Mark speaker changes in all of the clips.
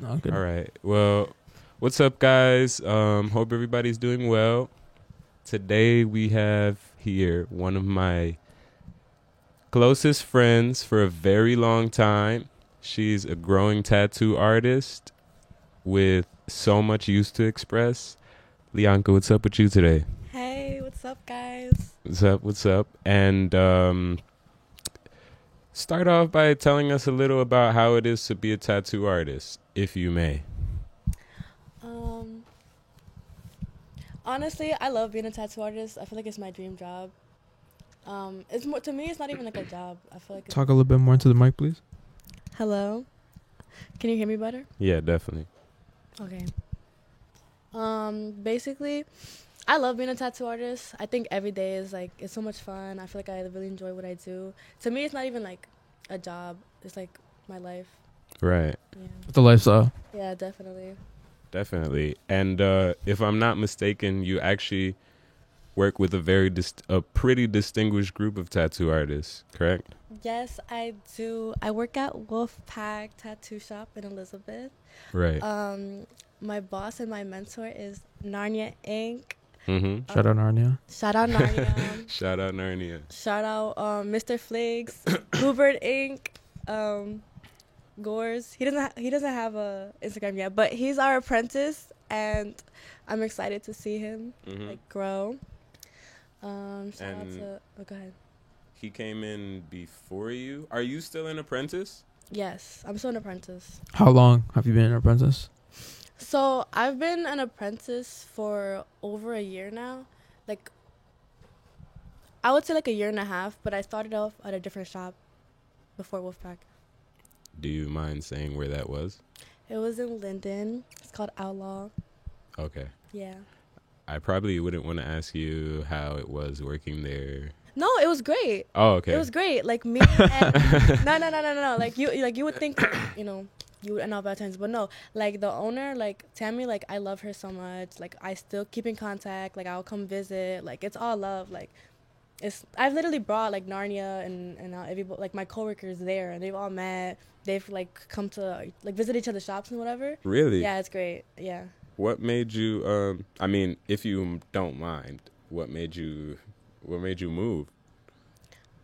Speaker 1: No, I'm good.
Speaker 2: All right. Well, what's up, guys? Um, hope everybody's doing well. Today we have here one of my closest friends for a very long time. She's a growing tattoo artist with so much use to express. Lianka, what's up with you today?
Speaker 3: Hey, what's up, guys?
Speaker 2: What's up? What's up? And um, start off by telling us a little about how it is to be a tattoo artist, if you may.
Speaker 3: Um, honestly, I love being a tattoo artist. I feel like it's my dream job. Um, it's more to me. It's not even like a job. I feel like. It's,
Speaker 1: Talk a little bit more into the mic, please.
Speaker 3: Hello, can you hear me better?
Speaker 2: Yeah, definitely.
Speaker 3: Okay. Um, basically, I love being a tattoo artist. I think every day is like it's so much fun. I feel like I really enjoy what I do. To me, it's not even like a job. It's like my life.
Speaker 2: Right.
Speaker 3: Yeah.
Speaker 1: The uh, lifestyle.
Speaker 3: Yeah, definitely.
Speaker 2: Definitely. And uh, if I'm not mistaken, you actually work with a very dist- a pretty distinguished group of tattoo artists, correct?
Speaker 3: Yes, I do. I work at Wolfpack Tattoo Shop in Elizabeth.
Speaker 2: Right.
Speaker 3: Um, my boss and my mentor is Narnia Inc.
Speaker 2: mm-hmm.
Speaker 3: uh,
Speaker 1: Shout out Narnia.
Speaker 3: Shout out Narnia.
Speaker 2: Shout out Narnia.
Speaker 3: Shout out um, Mr. Fligs, Bluebird Inc. Um, Gores. He doesn't. Ha- he doesn't have a Instagram yet, but he's our apprentice, and I'm excited to see him
Speaker 2: Mm-hmm.
Speaker 3: like grow. Um, shout out
Speaker 2: And-
Speaker 3: to. Oh, go ahead.
Speaker 2: he came in before you. Are you still an apprentice?
Speaker 3: Yes, I'm still an apprentice.
Speaker 1: How long have you been an apprentice?
Speaker 3: So I've been an apprentice for over a year now. Like I would say like a year and a half, but I started off at a different shop before Wolfpack.
Speaker 2: Do you mind saying where that was?
Speaker 3: It was in Linden. It's called Outlaw.
Speaker 2: Okay.
Speaker 3: Yeah.
Speaker 2: I probably wouldn't want to ask you how it was working there.
Speaker 3: No, it was great.
Speaker 2: Oh, okay.
Speaker 3: It was great. Like me and no, no, no, no, no, no. Like you, like you would think, like, you know, you would end up at times, but no. Like the owner, like Tammy, like I love her so much. Like I still keep in contact. Like I'll come visit. Like it's all love. Like it's I've literally brought like Narnia and and every like my coworkers there, and they've all met. They've like come to like visit each other's shops and whatever.
Speaker 2: really?
Speaker 3: Yeah, it's great. Yeah.
Speaker 2: What made you um I mean, if you don't mind, what made you what made you move?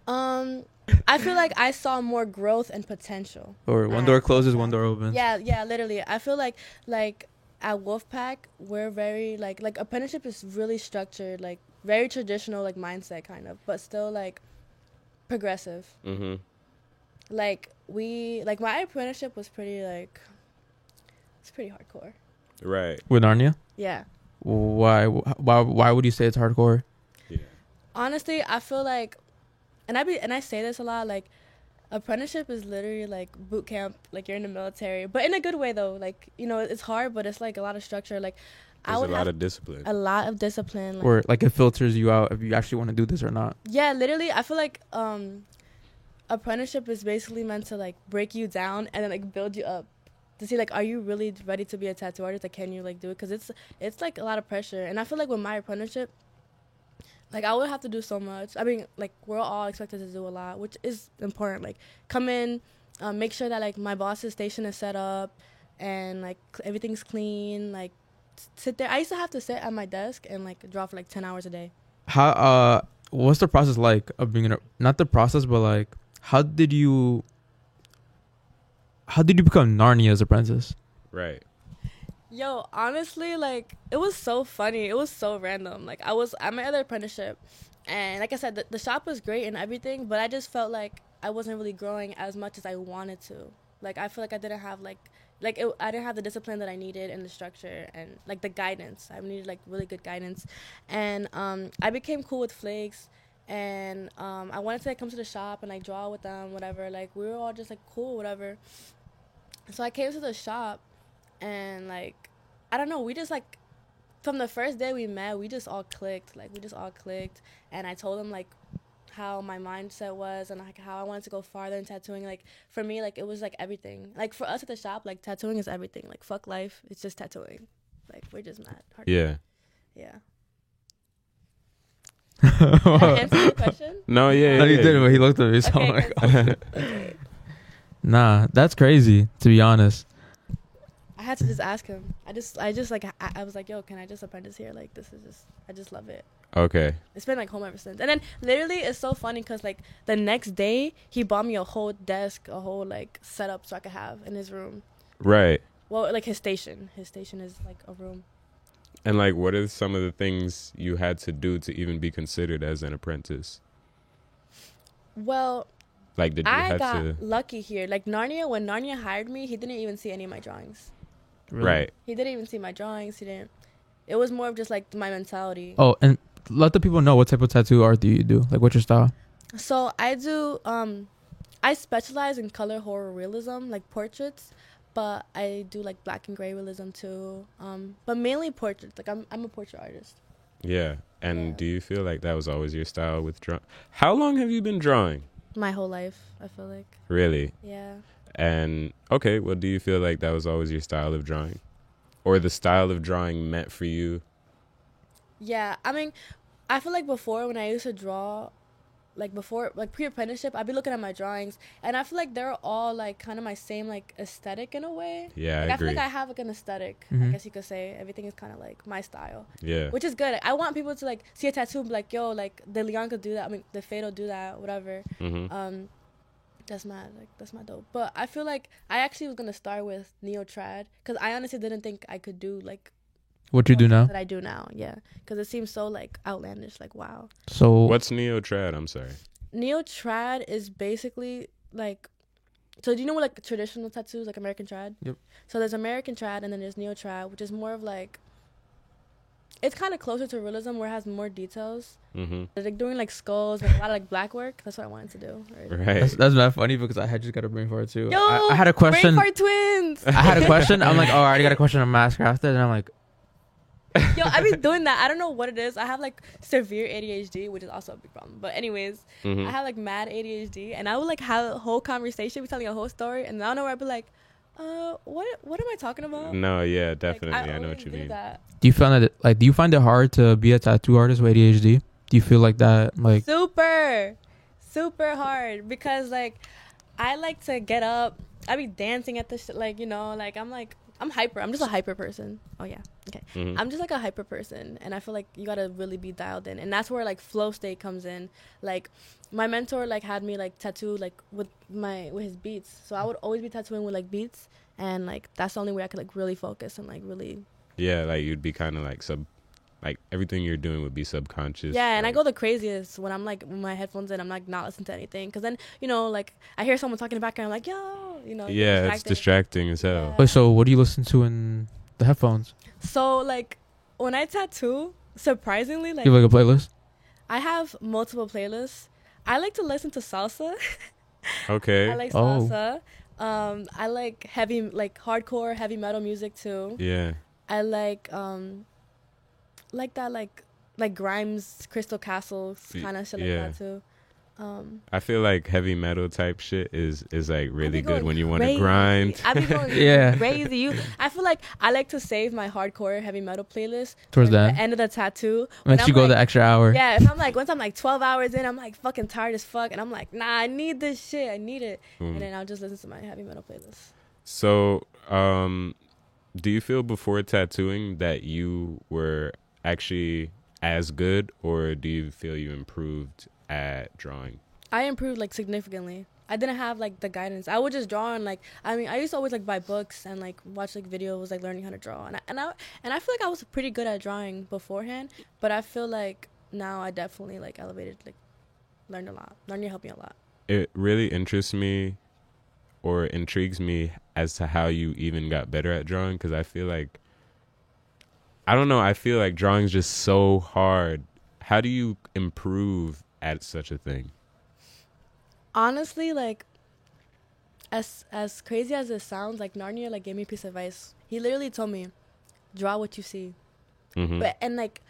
Speaker 3: Um, I feel like I saw more growth and potential.
Speaker 1: Or one door closes, one door opens.
Speaker 3: Yeah, yeah, literally. I feel like like at Wolfpack, we're very like like apprenticeship is really structured, like very traditional like mindset kind of, but still like progressive.
Speaker 2: Mhm.
Speaker 3: Like we like my apprenticeship was pretty like it's pretty hardcore.
Speaker 2: Right.
Speaker 1: With Narnia?
Speaker 3: Yeah.
Speaker 1: Why, why why would you say it's hardcore?
Speaker 2: Yeah.
Speaker 3: Honestly, I feel like and I be and I say this a lot like apprenticeship is literally like boot camp like you're in the military but in a good way though like you know it's hard but it's like a lot of structure like i
Speaker 2: There's a
Speaker 3: would
Speaker 2: lot
Speaker 3: have
Speaker 2: of discipline.
Speaker 3: a lot of discipline like,
Speaker 1: Or like it filters you out if you actually want to do this or not.
Speaker 3: Yeah, literally, I feel like um, apprenticeship is basically meant to like break you down and then like build you up to see like are you really ready to be a tattoo artist? Like, can you like do it? Because it's it's like a lot of pressure, and I feel like with my apprenticeship, like I would have to do so much. I mean, like we're all expected to do a lot, which is important. Like, come in, um, make sure that like my boss's station is set up, and like cl- everything's clean. Like, s- sit there. I used to have to sit at my desk and like draw for like ten hours a day.
Speaker 1: How uh what's the process like of being an not the process but like how did you how did you become Narnia's apprentice?
Speaker 2: right.
Speaker 3: Yo, honestly, like it was so funny. It was so random. Like I was at my other apprenticeship, and like I said, the, the shop was great and everything, but I just felt like I wasn't really growing as much as I wanted to. Like I feel like I didn't have like like it, I didn't have the discipline that I needed and the structure and like the guidance. I needed like really good guidance, and um, I became cool with flakes. And um, I wanted to like, come to the shop and like draw with them, whatever. Like we were all just like cool, whatever. So I came to the shop, and like I don't know, we just like from the first day we met, we just all clicked. Like we just all clicked, and I told him like how my mindset was and like how I wanted to go farther in tattooing. Like for me, like it was like everything. Like for us at the shop, like tattooing is everything. Like fuck life, it's just tattooing. Like we're just mad. Hard.
Speaker 2: Yeah.
Speaker 3: Yeah. Did I answer your question?
Speaker 2: No, yeah.
Speaker 1: No,
Speaker 2: yeah,
Speaker 1: you
Speaker 2: yeah.
Speaker 1: didn't, but he looked at me. So I'm
Speaker 3: Okay,
Speaker 1: like, nah, that's crazy, to be honest.
Speaker 3: I had to just ask him. I just, I just like, I, I was like, yo, can I just apprentice here? Like, this is just, I just love it.
Speaker 2: Okay.
Speaker 3: It's been like home ever since. And then literally, it's so funny because like the next day, he bought me a whole desk, a whole like setup so I could have in his room.
Speaker 2: Right.
Speaker 3: Well, like his station. His station is like a room.
Speaker 2: And like, what are some of the things you had to do to even be considered as an apprentice?
Speaker 3: Well,
Speaker 2: Like, did you
Speaker 3: I
Speaker 2: have
Speaker 3: got
Speaker 2: to?
Speaker 3: lucky here. Like Narnia, when Narnia hired me, he didn't even see any of my drawings.
Speaker 1: Really.
Speaker 2: Right.
Speaker 3: He didn't even see my drawings. He didn't. It was more of just like my mentality.
Speaker 1: Oh, and let the people know what type of tattoo art do you do? Like, what's your style?
Speaker 3: So I do. Um, I specialize in color horror realism, like portraits, but I do like black and gray realism too. Um, but mainly portraits. Like I'm, I'm a portrait artist.
Speaker 2: Yeah. And
Speaker 3: Yeah.
Speaker 2: do you feel like that was always your style with drawing? How long have you been drawing?
Speaker 3: My whole life, I feel like.
Speaker 2: Really?
Speaker 3: Yeah.
Speaker 2: And okay, well, do you feel like that was always your style of drawing? Or the style of drawing meant for you?
Speaker 3: Yeah, I mean, I feel like before when I used to draw, like before, like pre apprenticeship, I'd be looking at my drawings, and I feel like they're all like kind of my same like aesthetic in a way.
Speaker 2: Yeah,
Speaker 3: Like,
Speaker 2: I
Speaker 3: I feel
Speaker 2: agree. Mm-hmm.
Speaker 3: like I have like an esthetic I
Speaker 1: Mhm.
Speaker 3: guess you could say. Everything is kind of like my style,
Speaker 2: yeah.
Speaker 3: which is good. Like, I want people to like see a tattoo and be like, yo, like the Leon could do that. I mean, the Fado do that, whatever.
Speaker 2: hmm
Speaker 3: Um, that's my like that's my dope. But I feel like I actually was gonna start with neo trad because I honestly didn't think I could do like
Speaker 1: What you do now?
Speaker 3: that I do now, yeah, because it seems so like outlandish. Like wow,
Speaker 1: So
Speaker 2: What's neo trad? I'm sorry.
Speaker 3: neo trad is basically like. So do you know what like traditional tattoos like American trad?
Speaker 1: Yep.
Speaker 3: So there's American trad and then there's neo trad, which is more of like. It's kind of closer to realism where it has more details.
Speaker 2: hmm
Speaker 3: They're like doing like skulls and a lot of like black work. That's what I wanted to do. Right.
Speaker 2: Right.
Speaker 1: that's, that's not funny because I had just got a brain fart too.
Speaker 3: Yo,
Speaker 1: I, I had a question.
Speaker 3: Brain fart twins.
Speaker 1: I had a question. I'm like, oh, I already got a question on mask after, and I'm like,
Speaker 3: Yo, I've been doing that. I don't know what it is. I have like severe ADHD, which is also a big problem. But anyways,
Speaker 2: hmm
Speaker 3: I have like mad ADHD, and I would like have a whole conversation, be telling a whole story, and I don't know where I'd be like, uh, what what am I talking about?
Speaker 2: No, yeah,
Speaker 3: Like,
Speaker 2: definitely. I, know
Speaker 3: always
Speaker 2: what you
Speaker 3: do
Speaker 2: mean.
Speaker 3: That.
Speaker 1: do you find that like do you find it hard to be a tattoo artist with ADHD? Do you feel like that? Like,
Speaker 3: super, super hard because like I like to get up. I be dancing at the sh- like you know like I'm like I'm hyper. I'm just a hyper person. Oh yeah, okay.
Speaker 2: Mhm.
Speaker 3: I'm just like a hyper person, and I feel like you gotta really be dialed in, and that's where like flow state comes in. Like my mentor like had me like tattoo like with my with his beats, so I would always be tattooing with like beats, and like that's the only way I could like really focus and like really
Speaker 2: Yeah, like you'd be kind of like sub, like everything you're doing would be subconscious.
Speaker 3: yeah. And I
Speaker 2: like-
Speaker 3: go the craziest when I'm like with my headphones in, I'm like not listening to anything, cause then you know like I hear someone talking in the background, I'm like yo, you know
Speaker 2: Yeah, it's distracting as hell.
Speaker 1: wait, so what do you listen to in the headphones?
Speaker 3: So like when I tattoo, surprisingly like
Speaker 1: You have like a playlist?
Speaker 3: I have multiple playlists. I like to listen to salsa. I
Speaker 2: Okay.
Speaker 3: like
Speaker 1: Oh.
Speaker 3: salsa. Um, I like heavy, like hardcore heavy metal music too.
Speaker 2: yeah.
Speaker 3: I like um, like that, like like Grimes, Crystal Castles,
Speaker 2: Y-
Speaker 3: kind of shit
Speaker 2: yeah.
Speaker 3: like that too. Um,
Speaker 2: I feel like heavy metal type shit is is like really good
Speaker 3: going
Speaker 2: when you want to
Speaker 3: crazy.
Speaker 2: grind.
Speaker 3: I be going
Speaker 1: Yeah.
Speaker 3: crazy. You, I feel like I like to save my hardcore heavy metal playlist
Speaker 1: Towards
Speaker 3: for
Speaker 1: the end?
Speaker 3: end of the tattoo. When
Speaker 1: Makes
Speaker 3: I'm
Speaker 1: you go
Speaker 3: like-
Speaker 1: the extra hour.
Speaker 3: Yeah, if I'm like once I'm like 12 hours in, I'm like fucking tired as fuck, and I'm like, nah, I need this shit, I need it,
Speaker 2: Mm.
Speaker 3: and then I'll just listen to my heavy metal playlist.
Speaker 2: So, um, do you feel before tattooing that you were actually as good, or do you feel you improved at drawing?
Speaker 3: I improved like significantly. I didn't have like the guidance. I would just draw and like I mean I used to always like buy books and like watch like videos like learning how to draw and I, and I and I feel like I was pretty good at drawing beforehand, but I feel like now I definitely like elevated like learned a lot. Learning helped me a lot.
Speaker 2: It really interests me, or intrigues me as to how you even got better at drawing, because I feel like, I don't know, I feel like drawing's just so hard. How do you improve at such a thing?
Speaker 3: honestly like as as crazy as it sounds like narnia like gave me a piece of advice he literally told me draw what you see
Speaker 2: Mhm.
Speaker 3: but and like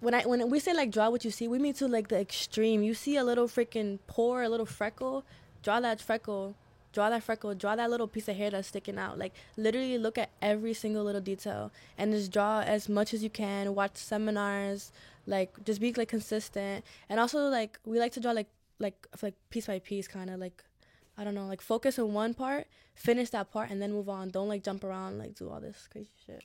Speaker 3: when i when we say like draw what you see we mean to like the extreme you see a little freaking pore a little freckle draw that freckle draw that freckle draw that little piece of hair that's sticking out like literally look at every single little detail and just draw as much as you can watch seminars like just be like consistent and also like we like to draw like like f- like piece by piece kind of like I don't know, like focus on one part, finish that part, and then move on. Don't like jump around, like do all this crazy shit.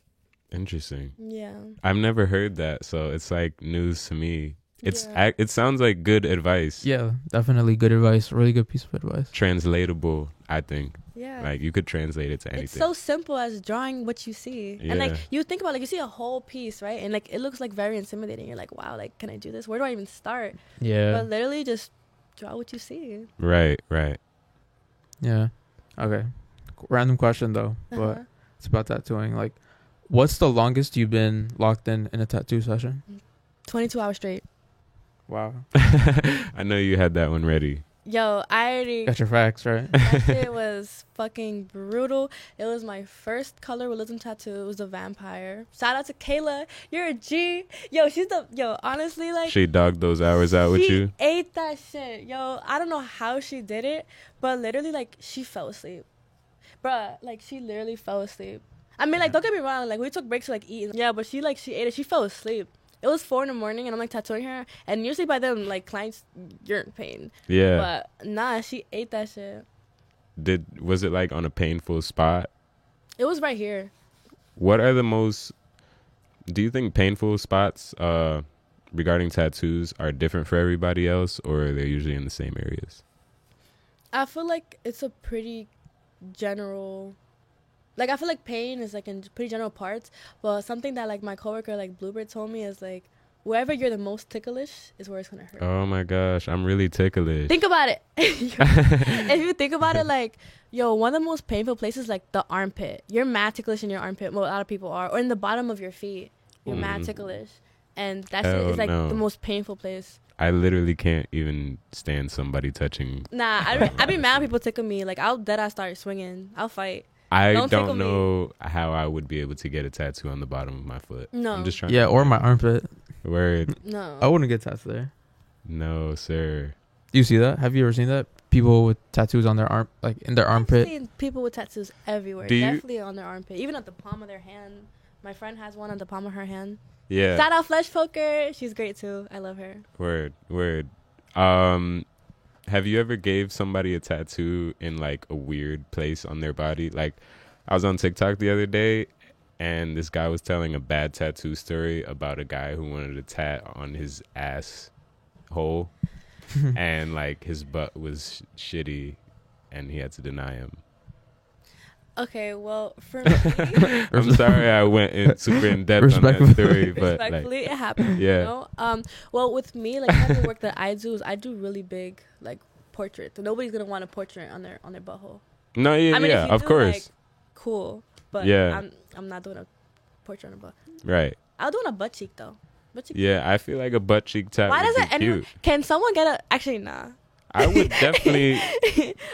Speaker 2: Interesting.
Speaker 3: Yeah.
Speaker 2: I've never heard that, so it's like news to me. It's
Speaker 3: Yeah.
Speaker 2: ac- it sounds like good advice.
Speaker 1: Yeah, definitely good advice. Really good piece of advice.
Speaker 2: Translatable, I think.
Speaker 3: yeah.
Speaker 2: Like you could translate it to anything.
Speaker 3: It's so simple as drawing what you see. And like
Speaker 2: Yeah.
Speaker 3: you think about like you see a whole piece, right? And like it looks like very intimidating. You're like, wow, like can I do this? Where do I even start?
Speaker 1: Yeah.
Speaker 3: But literally just draw what you see.
Speaker 2: right, right.
Speaker 1: Yeah. Okay. Random question though, but
Speaker 3: Uh-huh.
Speaker 1: it's about tattooing. Like, what's the longest you've been locked in in a tattoo session?
Speaker 3: 22 hours straight.
Speaker 1: Wow.
Speaker 2: I know you had that one ready.
Speaker 3: Yo, I already
Speaker 1: Got your facts right.
Speaker 3: that shit was fucking brutal. It was my first colorism tattoo. It was a vampire. Shout out to Kayla. You're a G. Yo, she's the yo, honestly like
Speaker 2: she dogged those hours out with
Speaker 3: she
Speaker 2: you.
Speaker 3: ate that shit, yo. I don't know how she did it, but literally, like, she fell asleep, bruh. Like, she literally fell asleep. I mean, like, don't get me wrong. Like, we took breaks to like eat. Yeah, but she like she ate it. She fell asleep. It was four in the morning, and I'm like tattooing her. And usually by then, like, clients you're in pain.
Speaker 2: Yeah.
Speaker 3: But nah, she ate that shit.
Speaker 2: Did was it like on a painful spot?
Speaker 3: It was right here.
Speaker 2: What are the most do you think painful spots uh regarding tattoos are different for everybody else or are they usually in the same areas?
Speaker 3: I feel like it's a pretty general. Like I feel like pain is like in pretty general parts, but something that like my coworker like Bluebird told me is like wherever you're the most ticklish is where it's gonna hurt.
Speaker 2: Oh my gosh, I'm really ticklish.
Speaker 3: Think about it. if you think about it, like yo, one of the most painful places like the armpit. You're mad ticklish in your armpit. Well, a lot of people are, or in the bottom of your feet. You're mad
Speaker 2: Mm.
Speaker 3: ticklish, and that's it.
Speaker 2: Hell
Speaker 3: it's like
Speaker 2: no.
Speaker 3: the most painful place.
Speaker 2: I literally can't even stand somebody touching.
Speaker 3: Nah, I I be mad when people tickle me. Like I'll dead I start swinging. I'll fight.
Speaker 2: I
Speaker 3: Don't
Speaker 2: don't,
Speaker 3: tickle me.
Speaker 2: know how I would be able to get a tattoo on the bottom of my foot.
Speaker 3: No.
Speaker 2: I'm just trying.
Speaker 1: Yeah, or my armpit.
Speaker 2: word.
Speaker 3: No.
Speaker 1: I wouldn't get tattooed there.
Speaker 2: No, sir.
Speaker 1: Do you see that? Have you ever seen that? People with tattoos on their arm, like in their
Speaker 3: I've
Speaker 1: armpit.
Speaker 3: seen people with tattoos everywhere.
Speaker 2: Do you-
Speaker 3: Definitely on their armpit, even at the palm of their hand. My friend has one on the palm of her hand.
Speaker 2: Yeah.
Speaker 3: Shout out Flesh Poker. She's great too. I love her.
Speaker 2: Word, word. Um, have you ever gave somebody a tattoo in like a weird place on their body? Like, I was on TikTok the other day, and this guy was telling a bad tattoo story about a guy who wanted a tat on his ass hole, and like his butt was sh- shitty, and he had to deny him.
Speaker 3: Okay, well, for me,
Speaker 2: I'm sorry I went in super in depth on that
Speaker 1: Respectful.
Speaker 2: story, but like,
Speaker 3: respectfully, it happens.
Speaker 2: Yeah.
Speaker 3: You know? Um. Well, with me, like kind of the work that I do is I do really big like portraits. Nobody's gonna want a portrait on their on their butthole.
Speaker 2: no, yeah,
Speaker 3: I mean,
Speaker 2: yeah,
Speaker 3: if you
Speaker 2: of
Speaker 3: do,
Speaker 2: course,
Speaker 3: Like, cool, but
Speaker 2: Yeah.
Speaker 3: I'm I'm not doing a portrait on a butt.
Speaker 2: right.
Speaker 3: I'll do on a butt cheek though. Butt cheek.
Speaker 2: Yeah, I feel like a butt cheek tat.
Speaker 3: Why
Speaker 2: would
Speaker 3: doesn't
Speaker 2: be
Speaker 3: anyone?
Speaker 2: cute.
Speaker 3: Can someone get a? Actually, nah.
Speaker 2: I would definitely.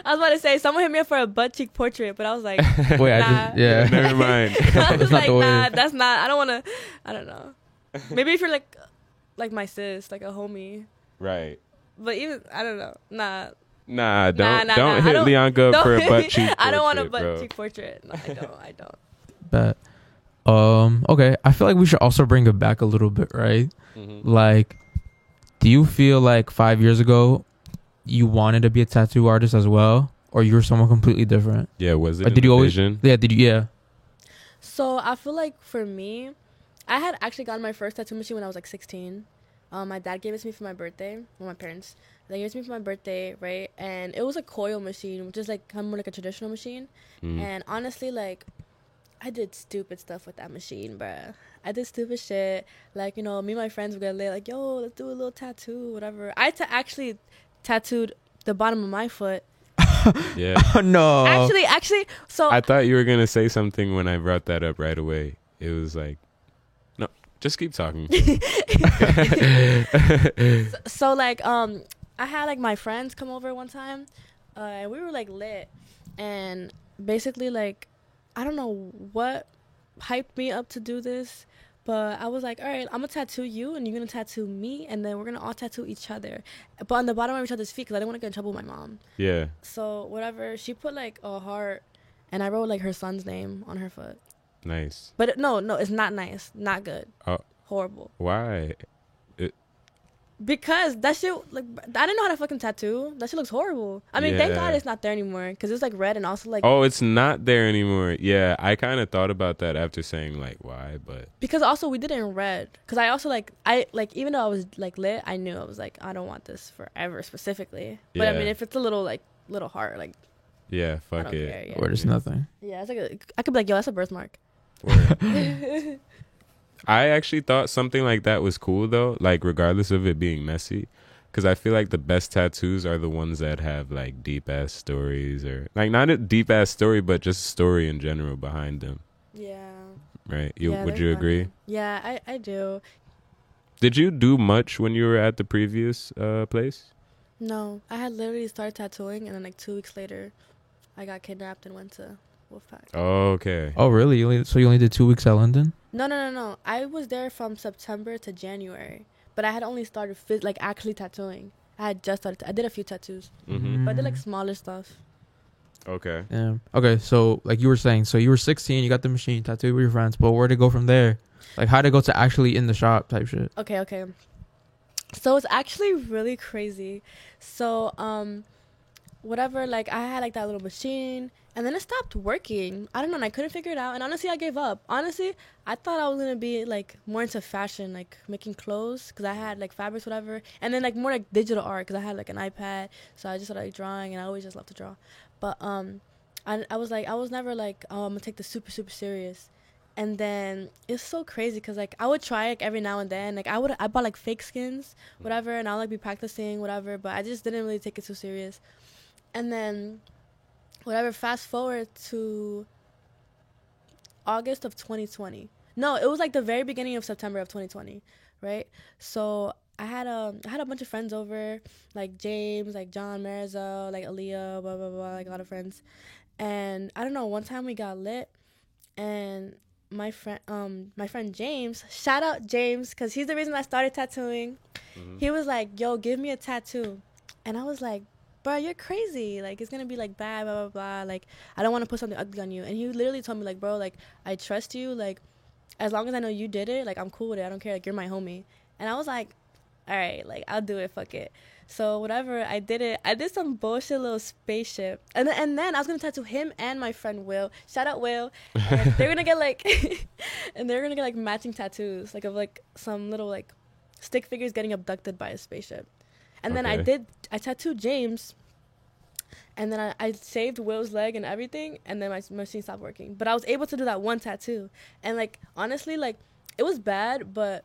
Speaker 3: I was about to say someone hit me up for a butt cheek portrait, but I was like,
Speaker 1: Wait, I
Speaker 3: Nah.
Speaker 1: just yeah.
Speaker 2: Never mind.
Speaker 3: I
Speaker 1: That's
Speaker 3: was
Speaker 1: not
Speaker 3: like,
Speaker 1: the way.
Speaker 3: nah, that's not. I don't want to. I don't know. Maybe if you're like, like my sis, like a homie,
Speaker 2: right.
Speaker 3: but even I don't know. Nah,
Speaker 2: Nah, don't
Speaker 3: Nah, nah,
Speaker 2: don't
Speaker 3: nah, I
Speaker 2: hit
Speaker 3: don't-
Speaker 2: Leonka
Speaker 3: don't
Speaker 2: Oh, for a
Speaker 3: hit
Speaker 2: butt
Speaker 3: me.
Speaker 2: cheek.
Speaker 3: I don't want a
Speaker 2: portrait,
Speaker 3: butt
Speaker 2: bro.
Speaker 3: cheek portrait. No, I don't. I don't.
Speaker 1: But, um. Okay, I feel like we should also bring it back a little bit, right? Mm-hmm. Like, do you feel like five years ago, you wanted to be a tattoo artist as well, or you were someone completely different?
Speaker 2: Yeah, was it?
Speaker 1: Or
Speaker 2: in
Speaker 1: Uh, did
Speaker 2: the
Speaker 1: you always-
Speaker 2: vision?
Speaker 1: Yeah. Did you? Yeah.
Speaker 3: So I feel like for me, I had actually gotten my first tattoo machine when I was like 16. Um, my dad gave it to me for my birthday. Well, my parents. They gave it to me for my birthday, right? And it was a coil machine, which is like kind of more like a traditional machine.
Speaker 2: Mm.
Speaker 3: And honestly, like, I did stupid stuff with that machine, bruh. I did stupid shit. Like, you know, me and my friends were gonna lay like, yo, let's do a little tattoo, whatever. I ta actually tattooed the bottom of my foot.
Speaker 2: Yeah,
Speaker 1: no.
Speaker 3: actually, actually, so
Speaker 2: I thought you were gonna say something when I brought that up right away. It was like, no, just keep talking.
Speaker 3: so like um i had like my friends come over one time uh, and we were like lit and basically like i don't know what hyped me up to do this but i was like all right i'm gonna tattoo you and you're gonna tattoo me and then we're gonna all tattoo each other but on the bottom of each other's feet because i didn't want to get in trouble with my mom
Speaker 2: yeah,
Speaker 3: so whatever she put like a heart and i wrote like her son's name on her foot
Speaker 2: nice.
Speaker 3: but it, no no it's not nice not good
Speaker 2: Oh.
Speaker 3: horrible
Speaker 2: Why?
Speaker 3: because that shit like I didn't know how to fucking tattoo. That shit looks horrible. I mean, thank God
Speaker 2: Yeah.
Speaker 3: it's not there anymore because it's like red and also like
Speaker 2: Oh, it's not there anymore. Yeah, I kind of thought about that after saying like why, but
Speaker 3: because also we did it in red because I also like I like even though I was like lit, I knew I was like I don't want this forever specifically. But I
Speaker 2: Yeah.
Speaker 3: mean, if it's a little like little heart, like
Speaker 2: yeah, fuck
Speaker 3: don't
Speaker 2: it.
Speaker 3: care, yeah.
Speaker 1: Or just nothing.
Speaker 3: yeah, it's like a, I could be like yo, that's a birthmark.
Speaker 2: Word. I actually thought something like that was cool though, like regardless of it being messy, because I feel like the best tattoos are the ones that have like deep ass stories or like not a deep ass story, but just story in general behind them,
Speaker 3: Yeah.
Speaker 2: right? You
Speaker 3: Yeah,
Speaker 2: would
Speaker 3: they're
Speaker 2: you
Speaker 3: fun.
Speaker 2: agree?
Speaker 3: Yeah, I I do.
Speaker 2: Did you do much when you were at the previous uh, place?
Speaker 3: No, I had literally started tattooing and then like two weeks later, I got kidnapped and went to Wolfpack.
Speaker 2: Okay.
Speaker 1: Oh, really? You only, so you only did two weeks at London?
Speaker 3: No, no, no, no. I was there from September to January, but I had only started phys- like actually tattooing. I had just started. I did a few tattoos,
Speaker 2: Mm-hmm.
Speaker 3: but I did like
Speaker 1: Mm.
Speaker 3: smaller stuff.
Speaker 2: Okay.
Speaker 1: Yeah. Okay, so like you were saying, so you were 16, you got the machine tattooed with your friends, but where to go from there? Like how to go to actually in the shop type shit.
Speaker 3: Okay, okay. So it's actually really crazy. So um, whatever. Like I had like that little machine, and then it stopped working. I don't know. And I couldn't figure it out. And honestly, I gave up. Honestly, I thought I was gonna be like more into fashion, like making clothes, cause I had like fabrics, whatever. And then like more like digital art, cause I had like an iPad. So I just started like, drawing, and I always just love to draw. But um, I I was like I was never like oh I'm gonna take this super super serious and then it's so crazy because like i would try like every now and then like i would i bought like fake skins whatever and i'll like be practicing whatever but i just didn't really take it too serious and then whatever fast forward to august of 2020 no it was like the very beginning of september of 2020 right so i had a I had a bunch of friends over like james like john marizel like aaliyah blah blah blah like a lot of friends and i don't know one time we got lit and my friend um my friend James shout out James because he's the reason I started tattooing he was like yo give me a tattoo and I was like bro you're crazy like it's gonna be like bad blah blah blah like I don't want to put something ugly on you and he literally told me like bro like I trust you like as long as I know you did it like I'm cool with it I don't care like you're my homie and I was like all right like I'll do it fuck it so whatever I did it I did some bullshit little spaceship and then, and then I was gonna tattoo him and my friend Will shout out Will and they're gonna get like and they're gonna get like matching tattoos like of like some little like stick figures getting abducted by a spaceship and then i
Speaker 2: Okay.
Speaker 3: did i tattooed james and then I, I saved will's leg and everything and then my s- machine stopped working but i was able to do that one tattoo and like honestly like it was bad but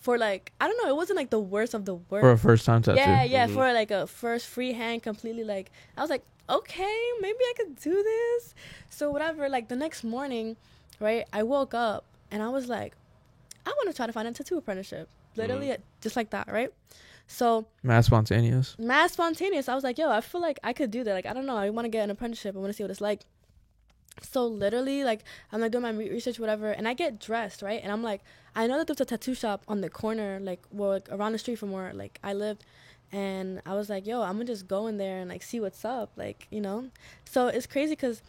Speaker 3: for like i don't know it wasn't like the worst of the worst
Speaker 1: For a first time tattoo.
Speaker 3: yeah, yeah,
Speaker 2: Mhm.
Speaker 3: for like a first free hand, completely like I was like, okay, maybe I could do this. So whatever, like the next morning, right? I woke up and I was like, I want to try to find a tattoo apprenticeship, literally
Speaker 1: Mm-hmm.
Speaker 3: uh, just like that, right? So
Speaker 1: Man, that's spontaneous.
Speaker 3: mad spontaneous. I was like, yo, I feel like I could do that. Like I don't know, I want to get an apprenticeship. I want to see what it's like. So literally, like I'm like doing my re- research, whatever, and I get dressed, right? And I'm like, I know that there's a tattoo shop on the corner, like well, like, around the street from where like I lived, and I was like, yo, I'm gonna just go in there and like see what's up, like you know. So it's crazy because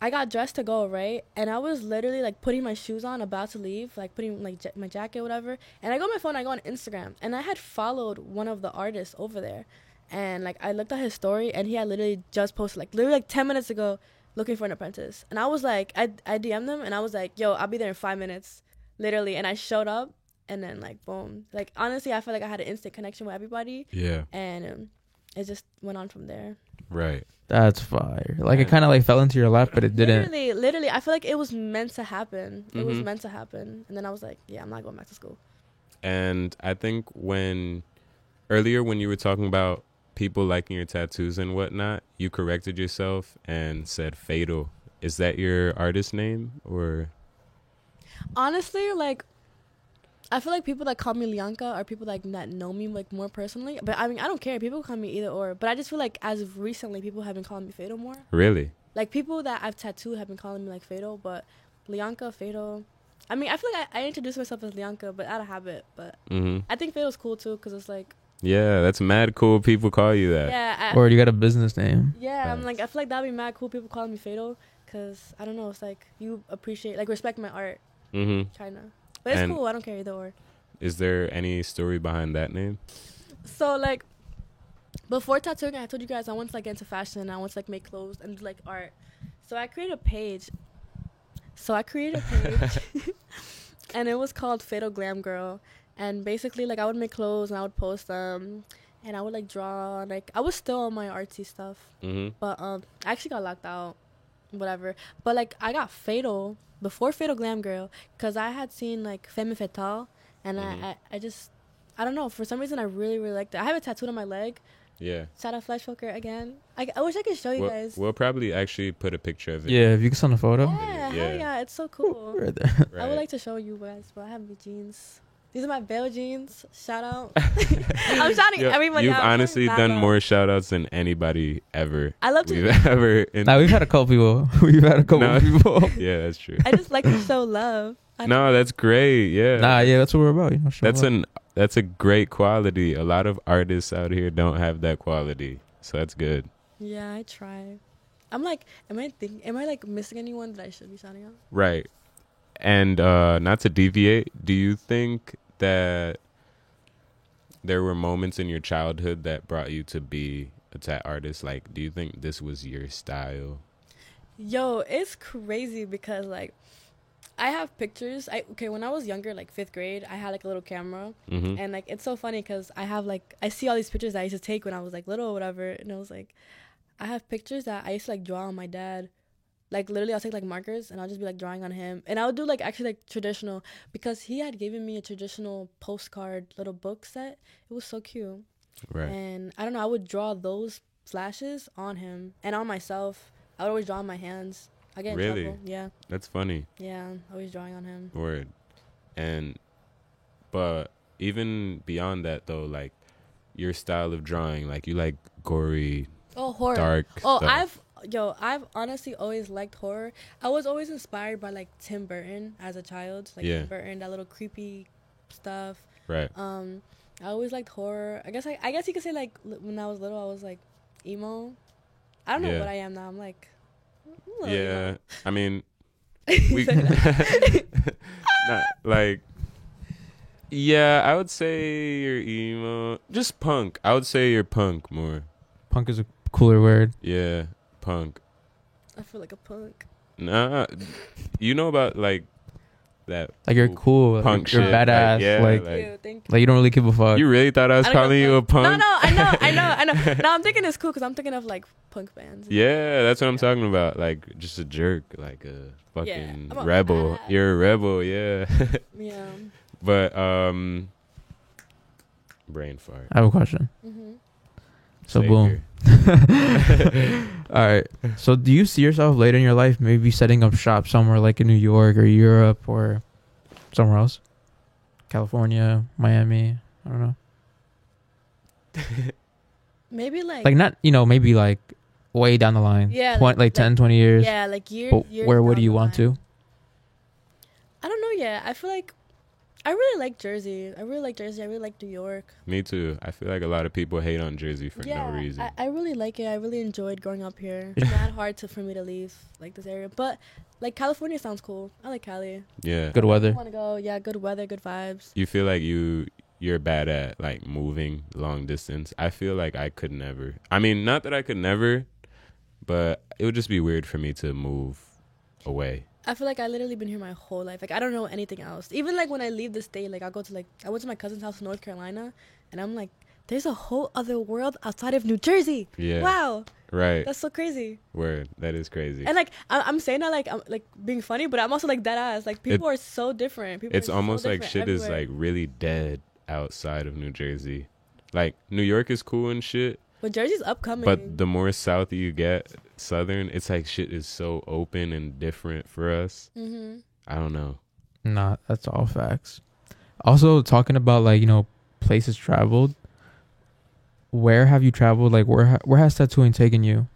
Speaker 3: I got dressed to go, right? And I was literally like putting my shoes on, about to leave, like putting like ja- my jacket, whatever. And I go on my phone, I go on Instagram, and I had followed one of the artists over there, and like I looked at his story, and he had literally just posted like literally like ten minutes ago looking for an apprentice. And I was like, I I DM'd them, and I was like, yo, I'll be there in five minutes, literally. And I showed up, and then like boom, like honestly, I felt like I had an instant connection with everybody,
Speaker 2: Yeah.
Speaker 3: and um, it just went on from there.
Speaker 2: Right.
Speaker 1: That's fire. Like it kind of like fell into your lap, but it didn't.
Speaker 3: Literally, literally, I feel like it was meant to happen. It was
Speaker 2: Mhm.
Speaker 3: meant to happen, and then I was like, "Yeah, I'm not going back to school."
Speaker 2: And I think when earlier when you were talking about people liking your tattoos and whatnot, you corrected yourself and said Fatal. Is that your artist name or
Speaker 3: Honestly, like, I feel like people that call me Lianka are people like that know me like more personally. But I mean, I don't care. People call me either or. But I just feel like as of recently, people have been calling me Fatal more.
Speaker 2: really?
Speaker 3: Like people that I've tattooed have been calling me like Fatal, but Lianka, Fatal. I mean, I feel like I, I introduced myself as Lianka, but out of habit. But
Speaker 2: Mm-hmm.
Speaker 3: I think Fatal's cool too, cause it's like,
Speaker 2: Yeah, that's mad cool. People call you that.
Speaker 3: yeah, I,
Speaker 1: Or you got a business name.
Speaker 3: Yeah, I'm
Speaker 2: Facts.
Speaker 3: like I feel like that'd be mad cool. People calling me fatal because I don't know. It's like you appreciate like respect my art,
Speaker 2: Mm-hmm.
Speaker 3: China. But it's
Speaker 2: And-
Speaker 3: cool. I don't care either or.
Speaker 2: Is there any story behind that name?
Speaker 3: So like before tattooing, I told you guys I wanted to like get into fashion and I wanted to like make clothes and do, like art. So I created a page. So I created a page, and it was called Fatal Glam Girl. And basically, like I would make clothes and I would post them, and I would like draw. and, Like I was still on my artsy stuff,
Speaker 2: Mm-hmm.
Speaker 3: but um, I actually got locked out, whatever. But like I got Fatal before Fatal Glam Girl because I had seen like Femme Fatale, and
Speaker 2: Mhm.
Speaker 3: I, I I just I don't know for some reason I really really liked it. I have it tattooed on my leg,
Speaker 2: Yeah.
Speaker 3: Shout out Flash Poker again. I, I wish I could show you
Speaker 2: We'll,
Speaker 3: guys.
Speaker 2: we'll probably actually put a picture of it.
Speaker 1: Yeah, if you can send a photo.
Speaker 2: Yeah.
Speaker 3: yeah, hell yeah, it's so cool.
Speaker 1: Right there.
Speaker 2: Right.
Speaker 3: I would like to show you guys, but I have the jeans. These are my Bell jeans. Shout out. I'm shouting
Speaker 2: Yeah,
Speaker 3: everybody
Speaker 2: You've
Speaker 3: out.
Speaker 2: honestly
Speaker 3: Nah,
Speaker 2: done
Speaker 3: nah.
Speaker 2: more shout outs than anybody ever.
Speaker 3: I love
Speaker 2: We've
Speaker 3: to.
Speaker 2: ever. In-
Speaker 1: Now we've had a couple people. We've had a couple
Speaker 2: No.
Speaker 1: people.
Speaker 2: yeah, that's true.
Speaker 3: I just like to show love. I
Speaker 2: No, that's great. Yeah.
Speaker 1: Nah, yeah, that's what we're about. You know, show
Speaker 2: That's
Speaker 1: love.
Speaker 2: an that's a great quality. A lot of artists out here don't have that quality. So that's good.
Speaker 3: Yeah, I try. I'm like, am I think? Am I like missing anyone that I should be shouting out?
Speaker 2: Right. And uh not to deviate, do you think that there were moments in your childhood that brought you to be a tat artist? Like, do you think this was your style?
Speaker 3: Yo, it's crazy because like, I have pictures. I okay when I was younger, like fifth grade, I had like a little camera.
Speaker 2: Mm-hmm.
Speaker 3: and like it's so funny because i have like i see all these pictures that i used to take when i was like little or whatever and i was like i have pictures that i used to like draw on my dad like literally i'll take like markers and i'll just be like drawing on him and i'll do like actually like traditional because he had given me a traditional postcard little book set it was so cute
Speaker 2: Right.
Speaker 3: and i don't know i would draw those flashes on him and on myself i would always draw on my hands i get in
Speaker 2: Really?
Speaker 3: trouble yeah
Speaker 2: That's funny.
Speaker 3: yeah always drawing on him
Speaker 2: Word. And but even beyond that though, like your style of drawing, like you like gory,
Speaker 3: oh horror
Speaker 2: dark
Speaker 3: Oh,
Speaker 2: stuff.
Speaker 3: I've yo, I've honestly always liked horror. I was always inspired by like Tim Burton as a child, like
Speaker 2: Yeah.
Speaker 3: Tim Burton, that little creepy stuff.
Speaker 2: right.
Speaker 3: Um, I always liked horror. I guess I, I guess you could say like li- when I was little, I was like emo. I don't know
Speaker 2: Yeah.
Speaker 3: what I am now. I'm like, I'm a little
Speaker 2: Yeah.
Speaker 3: emo.
Speaker 2: I mean
Speaker 3: He
Speaker 2: we
Speaker 3: said that.
Speaker 2: Nah, like yeah i would say you're emo just punk i would say you're punk more
Speaker 1: punk is a cooler word.
Speaker 2: yeah punk
Speaker 3: I feel like a punk.
Speaker 2: nah you know about like that
Speaker 1: Like you're cool. like,
Speaker 2: punk
Speaker 1: you're
Speaker 2: shit, like,
Speaker 1: badass.
Speaker 2: yeah,
Speaker 1: like, like
Speaker 2: Like-
Speaker 3: Ew, thank you.
Speaker 1: you don't really give a fuck.
Speaker 2: you really thought i was
Speaker 3: I don't
Speaker 2: calling
Speaker 3: give
Speaker 2: you a punk
Speaker 3: No, no, I know, I know, I know. no, I'm thinking it's cool because I'm thinking of like punk bands.
Speaker 2: yeah that's what i'm talking about like just a jerk like a fucking
Speaker 3: I'm a
Speaker 2: rebel
Speaker 3: badass.
Speaker 2: you're a rebel yeah
Speaker 3: Yeah.
Speaker 2: but um brain fart
Speaker 1: I have a question.
Speaker 3: hmm
Speaker 1: So boom. All right. So do you see yourself later in your life maybe setting up shop somewhere like in New York or Europe or somewhere else? California, Miami, I don't know.
Speaker 3: Maybe like.
Speaker 1: Like not, you know, maybe like way down the line.
Speaker 3: Yeah,
Speaker 1: Twen- like,
Speaker 3: like-
Speaker 1: ten, twenty 10, 20 years.
Speaker 3: yeah, like years.
Speaker 1: But
Speaker 3: years
Speaker 1: where would
Speaker 3: down
Speaker 1: you
Speaker 3: the
Speaker 1: want
Speaker 3: line.
Speaker 1: to?
Speaker 3: I don't know yet. I feel like I really like Jersey. I really like Jersey. I really like New York.
Speaker 2: Me too. I feel like a lot of people hate on Jersey for
Speaker 3: yeah,
Speaker 2: no reason.
Speaker 3: I, I really like it. I really enjoyed growing up here. It's not hard to for me to leave like this area, but like California sounds cool. I like Cali.
Speaker 2: yeah.
Speaker 1: Good
Speaker 3: I
Speaker 1: weather.
Speaker 3: want to go. Yeah, good weather, good vibes.
Speaker 2: You feel like you you're bad at like moving long distance. I feel like I could never. I mean, not that I could never, but it would just be weird for me to move away.
Speaker 3: I feel like I literally been here my whole life. Like I don't know anything else. Even like when I leave the state, like I'll go to like I went to my cousin's house in North Carolina, and I'm like, there's a whole other world outside of New Jersey.
Speaker 2: Yeah.
Speaker 3: Wow,
Speaker 2: Right.
Speaker 3: that's so crazy.
Speaker 2: Word. That is crazy.
Speaker 3: And like I- I'm saying that like I'm like being funny, but I'm also like dead ass. Like people are so different. People
Speaker 2: it's
Speaker 3: are so
Speaker 2: almost like shit
Speaker 3: different
Speaker 2: is
Speaker 3: everywhere.
Speaker 2: like really dead outside of New Jersey. Like New York is cool and shit,
Speaker 3: But Jersey's upcoming.
Speaker 2: but the more south you get, southern, it's like shit is so open and different for us.
Speaker 3: hmm
Speaker 2: I don't know.
Speaker 1: Nah, that's all facts. Also talking about like, you know, places traveled. Where have you traveled? Like where ha- where has tattooing taken you?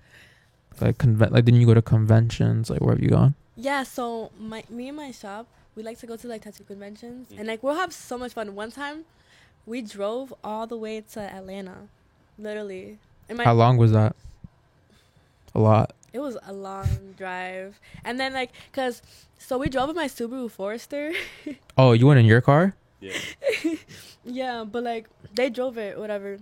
Speaker 1: Like conve- like didn't you go to conventions? Like where have you gone?
Speaker 3: yeah. So my me and my shop, we like to go to like tattoo conventions,
Speaker 2: Mm.
Speaker 3: and like we'll have so much fun. One time, we drove all the way to Atlanta, literally. And my
Speaker 1: How long was that? A lot.
Speaker 3: It was a long drive, and then like, cause so we drove in my Subaru Forester.
Speaker 1: Oh, you went in your car?
Speaker 2: Yeah.
Speaker 3: yeah, but like they drove it, whatever.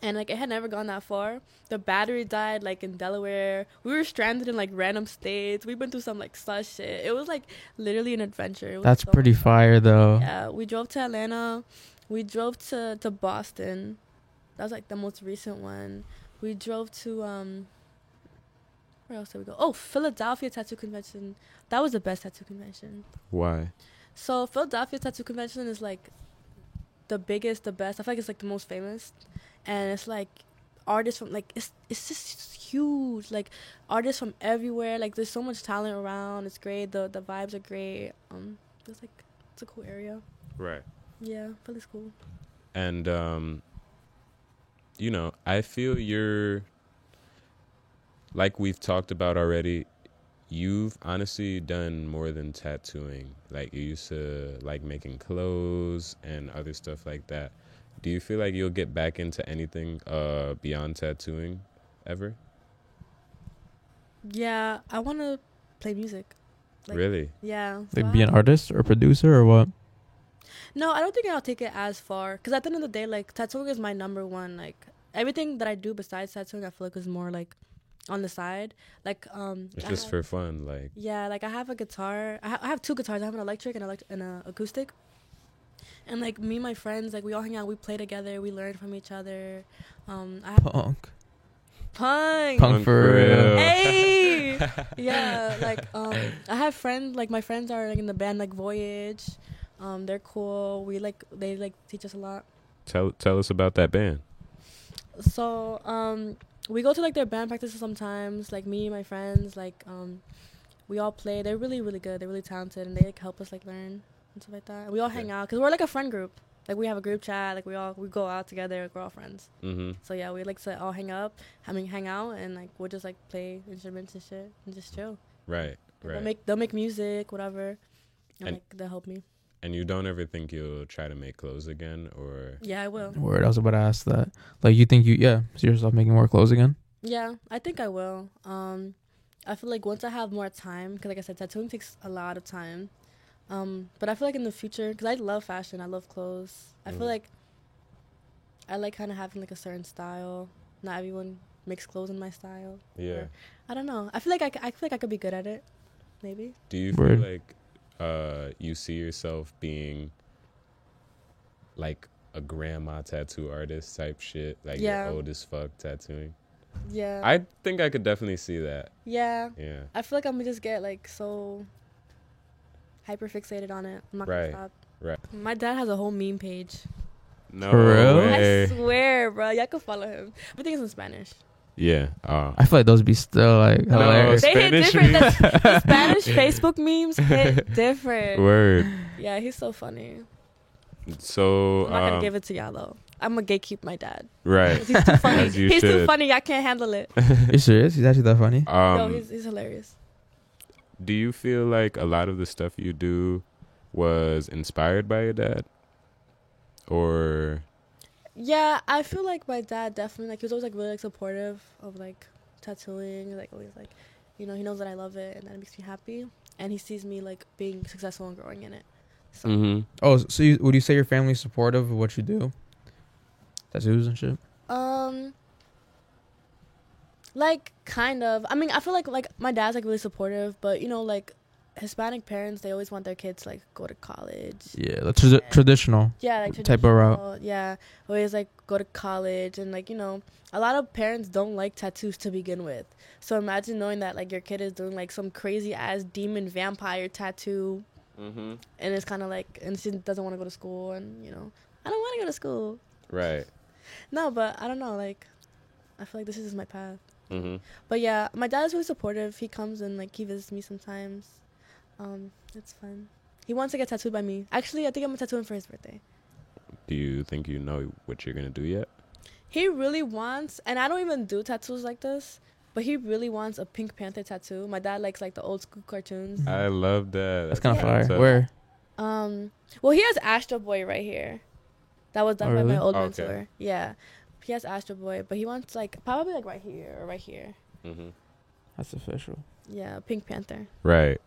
Speaker 3: And like it had never gone that far. The battery died like in Delaware. We were stranded in like random states. We've been through some like sus shit. It was like literally an adventure. It was
Speaker 1: That's
Speaker 3: so
Speaker 1: pretty
Speaker 3: much fun.
Speaker 1: fire though.
Speaker 3: Yeah, we drove to Atlanta. We drove to to Boston. That was like the most recent one. We drove to um. Where else did we go? Oh, Philadelphia Tattoo Convention. That was the best tattoo convention.
Speaker 2: Why?
Speaker 3: So Philadelphia Tattoo Convention is like the biggest, the best. I feel like it's like the most famous, and it's like artists from like it's it's just huge. Like artists from everywhere. Like there's so much talent around. It's great. The the vibes are great. Um, it's like it's a cool area.
Speaker 2: Right.
Speaker 3: Yeah, Philly's cool.
Speaker 2: and um you know i feel you're like we've talked about already you've honestly done more than tattooing like you used to like making clothes and other stuff like that do you feel like you'll get back into anything uh beyond tattooing ever
Speaker 3: Yeah, I want to play music. Like-
Speaker 2: really
Speaker 3: Yeah. so
Speaker 1: Like
Speaker 3: I
Speaker 1: be an
Speaker 3: have-
Speaker 1: artist or producer or what?
Speaker 3: No, I don't think I'll take it as far. Cause at the end of the day, like tattooing is my number one. Like everything that I do besides tattooing, I feel like is more like on the side. Like um.
Speaker 2: it's
Speaker 3: I
Speaker 2: just
Speaker 3: have-
Speaker 2: for fun like
Speaker 3: Yeah, like I have a guitar. I, ha- I have two guitars. I have an electric and, elect- and an acoustic. And like me and my friends, like we all hang out. We play together. We learn from each other. Um, I have
Speaker 1: Punk.
Speaker 3: punk.
Speaker 1: Punk for real.
Speaker 3: Hey. yeah, like um, I have friends. Like my friends are like in the band, like Voyage. Um, they're cool. We like they like teach us a lot.
Speaker 2: tell tell us about that band
Speaker 3: So um, we go to like their band practices sometimes. Like me, my friends, like um, we all play. They're really really good. They're really talented, and they like help us like learn and stuff like that. We all hang
Speaker 2: Okay.
Speaker 3: out because we're like a friend group. Like we have a group chat. Like we all we go out together. Like, we're all friends.
Speaker 2: mm-hmm
Speaker 3: So yeah, we like to all hang up. I mean, hang out and like we'll just like play instruments and shit and just chill.
Speaker 2: right right
Speaker 3: They'll make they'll make music, whatever. And,
Speaker 2: And-
Speaker 3: like they'll help me.
Speaker 2: and you don't ever think you'll try to make clothes again or
Speaker 3: Yeah, I will.
Speaker 1: Word. I was about to ask that. Like you think you yeah, see yourself making more clothes again?
Speaker 3: Yeah, I think I will. Um, I feel like once I have more time, because like I said, tattooing takes a lot of time. Um, but I feel like in the future, because I love fashion, I love clothes. I
Speaker 2: Mhm.
Speaker 3: feel like I like kind of having like a certain style. Not everyone makes clothes in my style.
Speaker 2: yeah
Speaker 3: I don't know. I feel like I, c- I feel like I could be good at it. Maybe.
Speaker 2: Do you
Speaker 1: Word.
Speaker 2: feel like uh, you see yourself being like a grandma tattoo artist type shit? Like
Speaker 3: Yeah.
Speaker 2: you're old as fuck tattooing?
Speaker 3: Yeah.
Speaker 2: I think I could definitely see that.
Speaker 3: yeah.
Speaker 2: Yeah.
Speaker 3: I feel like I'm gonna just get like so hyper fixated on it. I'm not
Speaker 2: Right,
Speaker 3: gonna stop.
Speaker 2: right.
Speaker 3: My dad has a whole meme page.
Speaker 2: No.
Speaker 1: For real?
Speaker 3: I swear, bro. Y'all can follow him. But I think it's in Spanish.
Speaker 2: Yeah. Oh.
Speaker 1: I feel like those be still like
Speaker 2: No,
Speaker 1: hilarious.
Speaker 3: They hit
Speaker 2: Oh, Spanish
Speaker 3: different. The, the Spanish Facebook memes hit different.
Speaker 2: Word.
Speaker 3: Yeah, he's so funny.
Speaker 2: So
Speaker 3: I'm not gonna
Speaker 2: um,
Speaker 3: give it to y'all though. I'm gonna gatekeep my dad.
Speaker 2: right.
Speaker 3: 'Cause He's too funny.
Speaker 2: As you
Speaker 3: he's too
Speaker 2: should.
Speaker 3: funny. Y'all can't handle it.
Speaker 1: You serious? He's actually that funny?
Speaker 3: No,
Speaker 2: Um,
Speaker 3: he's, he's hilarious.
Speaker 2: do you feel like a lot of the stuff you do was inspired by your dad? Or
Speaker 3: Yeah, I feel like my dad definitely like he was always like really like supportive of like tattooing, like always like you know, he knows that I love it and that it makes me happy and he sees me like being successful and growing in it. So
Speaker 2: mm-hmm.
Speaker 1: Oh, so you, would you say your family's supportive of what you do? Tattoos and shit.
Speaker 3: um like kind of. I mean, I feel like like my dad's like really supportive, but you know like Hispanic parents, they always want their kids to, like go to college.
Speaker 1: Yeah, that's tra- traditional.
Speaker 3: Yeah, like
Speaker 1: Type of route.
Speaker 3: traditional, Yeah, always like go to college and like you know, a lot of parents don't like tattoos to begin with. So imagine knowing that like your kid is doing like some crazy ass demon vampire tattoo,
Speaker 2: Mm-hmm.
Speaker 3: and it's kind of like and she doesn't want to go to school and you know, I don't want to go to school.
Speaker 2: Right.
Speaker 3: No, but I don't know. Like, I feel like this is my path.
Speaker 2: Mm-hmm.
Speaker 3: But yeah, my dad is really supportive. He comes and like he visits me sometimes. Um, it's fun. He wants to get tattooed by me. Actually, I think I'm gonna tattoo him for his birthday.
Speaker 2: Do you think you know what you're gonna do yet?
Speaker 3: He really wants, and I don't even do tattoos like this, but he really wants a Pink Panther tattoo. My dad likes like the old school cartoons.
Speaker 1: Mm.
Speaker 2: I love that.
Speaker 1: That's kind of
Speaker 3: Yeah.
Speaker 1: fire.
Speaker 2: what's up.
Speaker 1: Where?
Speaker 3: Um, well, he has Astro Boy right here. That was done
Speaker 1: Oh,
Speaker 3: by
Speaker 1: really?
Speaker 3: my old
Speaker 2: Okay.
Speaker 3: mentor. Yeah, he has Astro Boy, but he wants like probably like right
Speaker 2: Mm-hmm.
Speaker 3: here or right here.
Speaker 1: That's official.
Speaker 3: Yeah, Pink Panther.
Speaker 2: Right.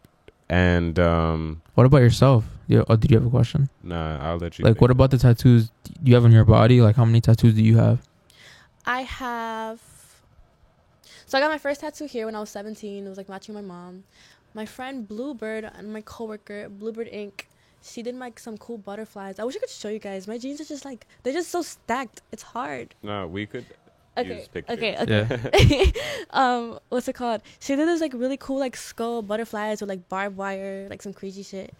Speaker 2: And um,
Speaker 1: What about yourself? Yeah. Oh, did you have a question?
Speaker 2: nah, I'll let you.
Speaker 1: Like,
Speaker 2: think.
Speaker 1: what about the tattoos you have on your body? Like, how many tattoos do you have?
Speaker 3: I have. So I got my first tattoo here when I was 17. It was like matching my mom. My friend Bluebird and my coworker Bluebird Inc. She did like some cool butterflies. I wish I could show you guys. My jeans are just like they're just so stacked. It's hard.
Speaker 2: No, we could.
Speaker 3: Okay.
Speaker 2: Use pictures.
Speaker 3: Okay. Okay.
Speaker 1: Yeah.
Speaker 3: um, what's it called? She did this like really cool like skull butterflies with like barbed wire, like some crazy shit.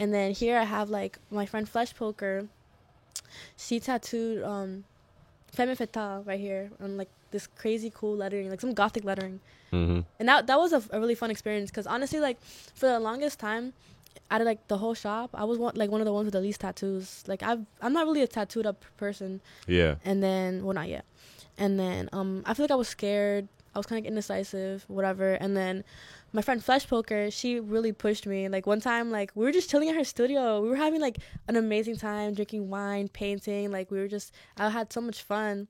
Speaker 3: And then here I have like my friend Flesh Poker. She tattooed um, Femme Fatale right here on like this crazy cool lettering, like some gothic lettering.
Speaker 2: Mm-hmm.
Speaker 3: And that that was a, a really fun experience because honestly, like for the longest time, out of like the whole shop, I was one, like one of the ones with the least tattoos. Like I've I'm not really a tattooed up person
Speaker 2: Yeah.
Speaker 3: and then well not yet and then um i feel like i was scared i was kind of indecisive whatever and then my friend flesh poker she really pushed me like one time like we were just chilling at her studio we were having like an amazing time drinking wine painting like we were just i had so much fun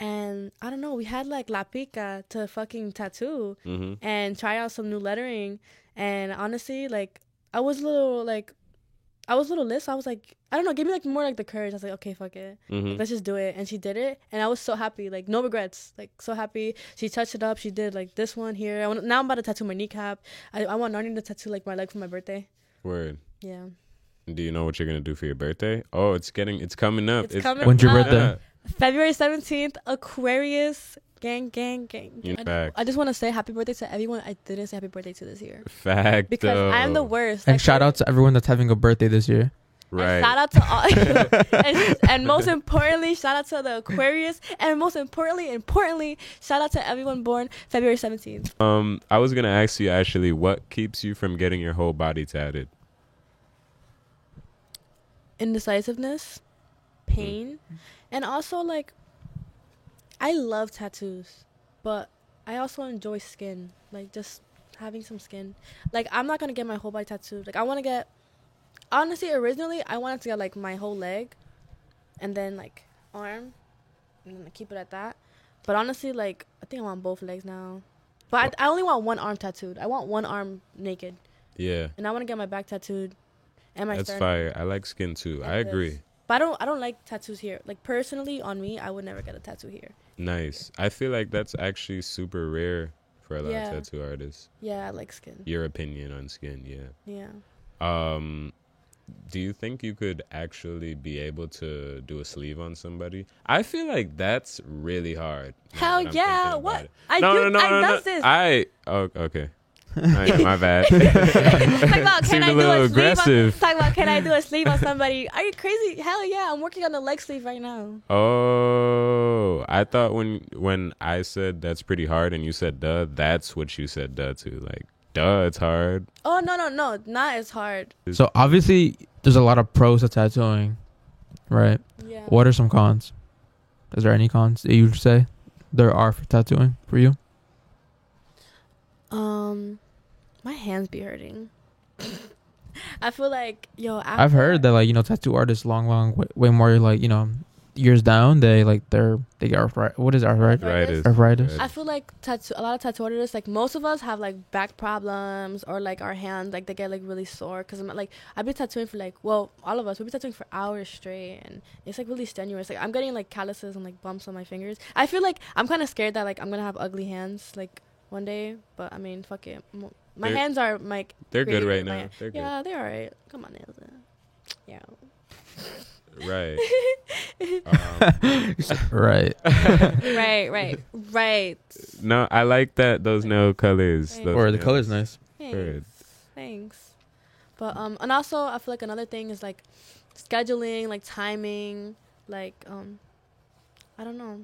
Speaker 3: and i don't know we had like la pica to fucking tattoo
Speaker 2: Mm-hmm.
Speaker 3: and try out some new lettering. And honestly, like I was a little like I was a little list. I was like, I don't know, give me like more like the courage. I was like, okay, fuck it,
Speaker 2: Mhm.
Speaker 3: let's just do it. And she did it, and I was so happy, like no regrets, like so happy. She touched it up. She did like this one here. I want, now I'm about to tattoo my kneecap. I, I want Narnia to tattoo like my leg for my birthday.
Speaker 2: Word.
Speaker 3: Yeah,
Speaker 2: Do you know what you're gonna do for your birthday? Oh, it's getting. It's coming up.
Speaker 3: It's coming
Speaker 1: When's your
Speaker 3: up.
Speaker 1: birthday?
Speaker 2: Yeah.
Speaker 3: February seventeenth, Aquarius. Gang, gang, gang.
Speaker 2: You
Speaker 3: I,
Speaker 2: back.
Speaker 3: I just want to say happy birthday to everyone. I didn't say happy birthday to this year
Speaker 2: Fact.
Speaker 3: because I'm the worst.
Speaker 1: And
Speaker 3: Like,
Speaker 1: shout
Speaker 3: I-
Speaker 1: out to everyone that's having a birthday this year.
Speaker 3: And
Speaker 2: Right.
Speaker 3: shout out to all, and, and most importantly, shout out to the Aquarius, and most importantly, importantly, shout out to everyone born February seventeenth.
Speaker 2: Um, I was gonna ask you actually, what keeps you from getting your whole body tatted?
Speaker 3: Indecisiveness, pain, and also like, I love tattoos, but I also enjoy skin, like just having some skin. Like I'm not gonna get my whole body tattooed. Like I want to get, honestly, originally I wanted to get like my whole leg, and then like arm, and then keep it at that. But honestly, like I think I want both legs now. But I, I only want one arm tattooed. I want one arm naked,
Speaker 2: Yeah,
Speaker 3: and I want to get my back tattooed, and my
Speaker 2: that's
Speaker 3: sternum.
Speaker 2: fire. I like skin too.
Speaker 3: and
Speaker 2: I
Speaker 3: this.
Speaker 2: agree.
Speaker 3: But I don't. I don't like tattoos here. Like personally, on me, I would never get a tattoo here.
Speaker 2: Nice. I feel like that's actually super rare for a lot
Speaker 3: Yeah.
Speaker 2: of tattoo artists.
Speaker 3: Yeah, I like skin.
Speaker 2: Your opinion on skin, yeah.
Speaker 3: Yeah.
Speaker 2: Um, do you think you could actually be able to do a sleeve on somebody? I feel like that's really hard. now
Speaker 3: Hell
Speaker 2: that I'm
Speaker 3: yeah!
Speaker 2: thinking about
Speaker 3: What?
Speaker 2: it.
Speaker 3: I
Speaker 2: No,
Speaker 3: do.
Speaker 2: no, no,
Speaker 3: I
Speaker 2: no, no.
Speaker 3: does this.
Speaker 2: I oh, okay. Alright, my bad.
Speaker 3: talking about can
Speaker 2: Seemed a
Speaker 3: I do
Speaker 2: little
Speaker 3: a
Speaker 2: aggressive.
Speaker 3: sleeve? On, talking about can I do a sleeve on somebody? Are you crazy? Hell yeah! I'm working on a leg sleeve right now.
Speaker 2: Oh, I thought when when I said that's pretty hard and you said duh, that's what you said duh to. Like, duh, it's hard.
Speaker 3: Oh no no no! Not as hard.
Speaker 1: So obviously, there's a lot of pros to tattooing, right?
Speaker 3: Yeah.
Speaker 1: What are some cons? Is there any cons that you'd say there are for tattooing for you?
Speaker 3: Um, my hands be hurting. I feel like yo. After,
Speaker 1: I've heard that like you know tattoo artists long long way, way more like you know years down they like they're they get arthritis. What is arthritis?
Speaker 3: Arthritis.
Speaker 1: Arthritis.
Speaker 3: I feel like tattoo. A lot of tattoo artists, like most of us, have like back problems or like our hands, like they get like really sore. Cause I'm like, I've been tattooing for like, well, all of us, we've been tattooing for hours straight, and it's like really strenuous. Like I'm getting like calluses and like bumps on my fingers. I feel like I'm kind of scared that like I'm gonna have ugly hands like one day. But I mean, fuck it. Mo- My
Speaker 2: They're-
Speaker 3: hands are like,
Speaker 2: They're good
Speaker 3: creative,
Speaker 2: right
Speaker 3: my-
Speaker 2: now. They're
Speaker 3: yeah, they're alright. Come on, nails. uh, Yeah.
Speaker 2: good. Right. Um,
Speaker 1: right.
Speaker 3: right, right, right.
Speaker 2: no, I like that those nail colors.
Speaker 3: Right.
Speaker 2: Those
Speaker 1: Or the
Speaker 2: nail-
Speaker 1: color's nice.
Speaker 3: Thanks.
Speaker 2: Word.
Speaker 3: Thanks. But um, and also I feel like another thing is like scheduling, like timing, like um, I don't know.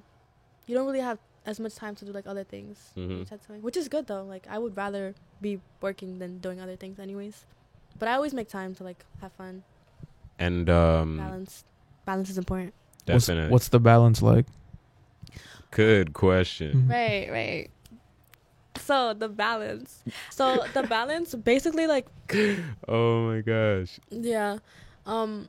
Speaker 3: You don't really have as much time to do like other things, when you're
Speaker 2: Mhm.
Speaker 3: tattooing, which is good though. Like I would rather be working than doing other things, anyways. But I always make time to like have fun.
Speaker 2: And um,
Speaker 3: Balance, balance is important.
Speaker 1: What's,
Speaker 2: definitely.
Speaker 1: what's the balance like? Mm-hmm.
Speaker 2: good
Speaker 1: Hmm.
Speaker 2: question.
Speaker 3: Right, right. So the balance. So the balance basically like
Speaker 2: Oh my gosh.
Speaker 3: Yeah. Um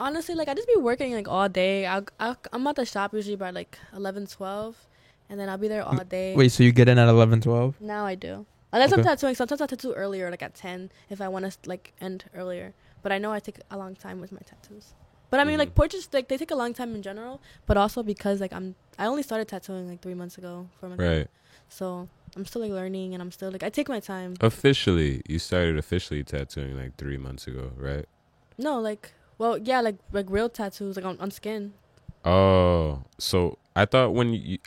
Speaker 3: Honestly, like I just be working like all day. I, I I'm at the shop usually by
Speaker 2: Mm,
Speaker 3: like 11, 12, and then I'll be there all day.
Speaker 1: Wait, so you get in at 11, 12?
Speaker 3: Now I do. Unless I'm
Speaker 2: Okay.
Speaker 3: tattooing, sometimes I tattoo earlier, like at ten, if I want to like end earlier. But I know I take a long time with my tattoos. But I mean,
Speaker 2: Mhm.
Speaker 3: like portraits, like they take a long time in general. But also because like I'm, I only started tattooing like three months ago for my
Speaker 2: Right.
Speaker 3: So I'm still like learning, and I'm still like I take my time.
Speaker 2: Officially, you started officially tattooing like three months ago, right?
Speaker 3: No, like well, yeah, like like real tattoos, like on, on skin.
Speaker 2: Oh, so I thought when you,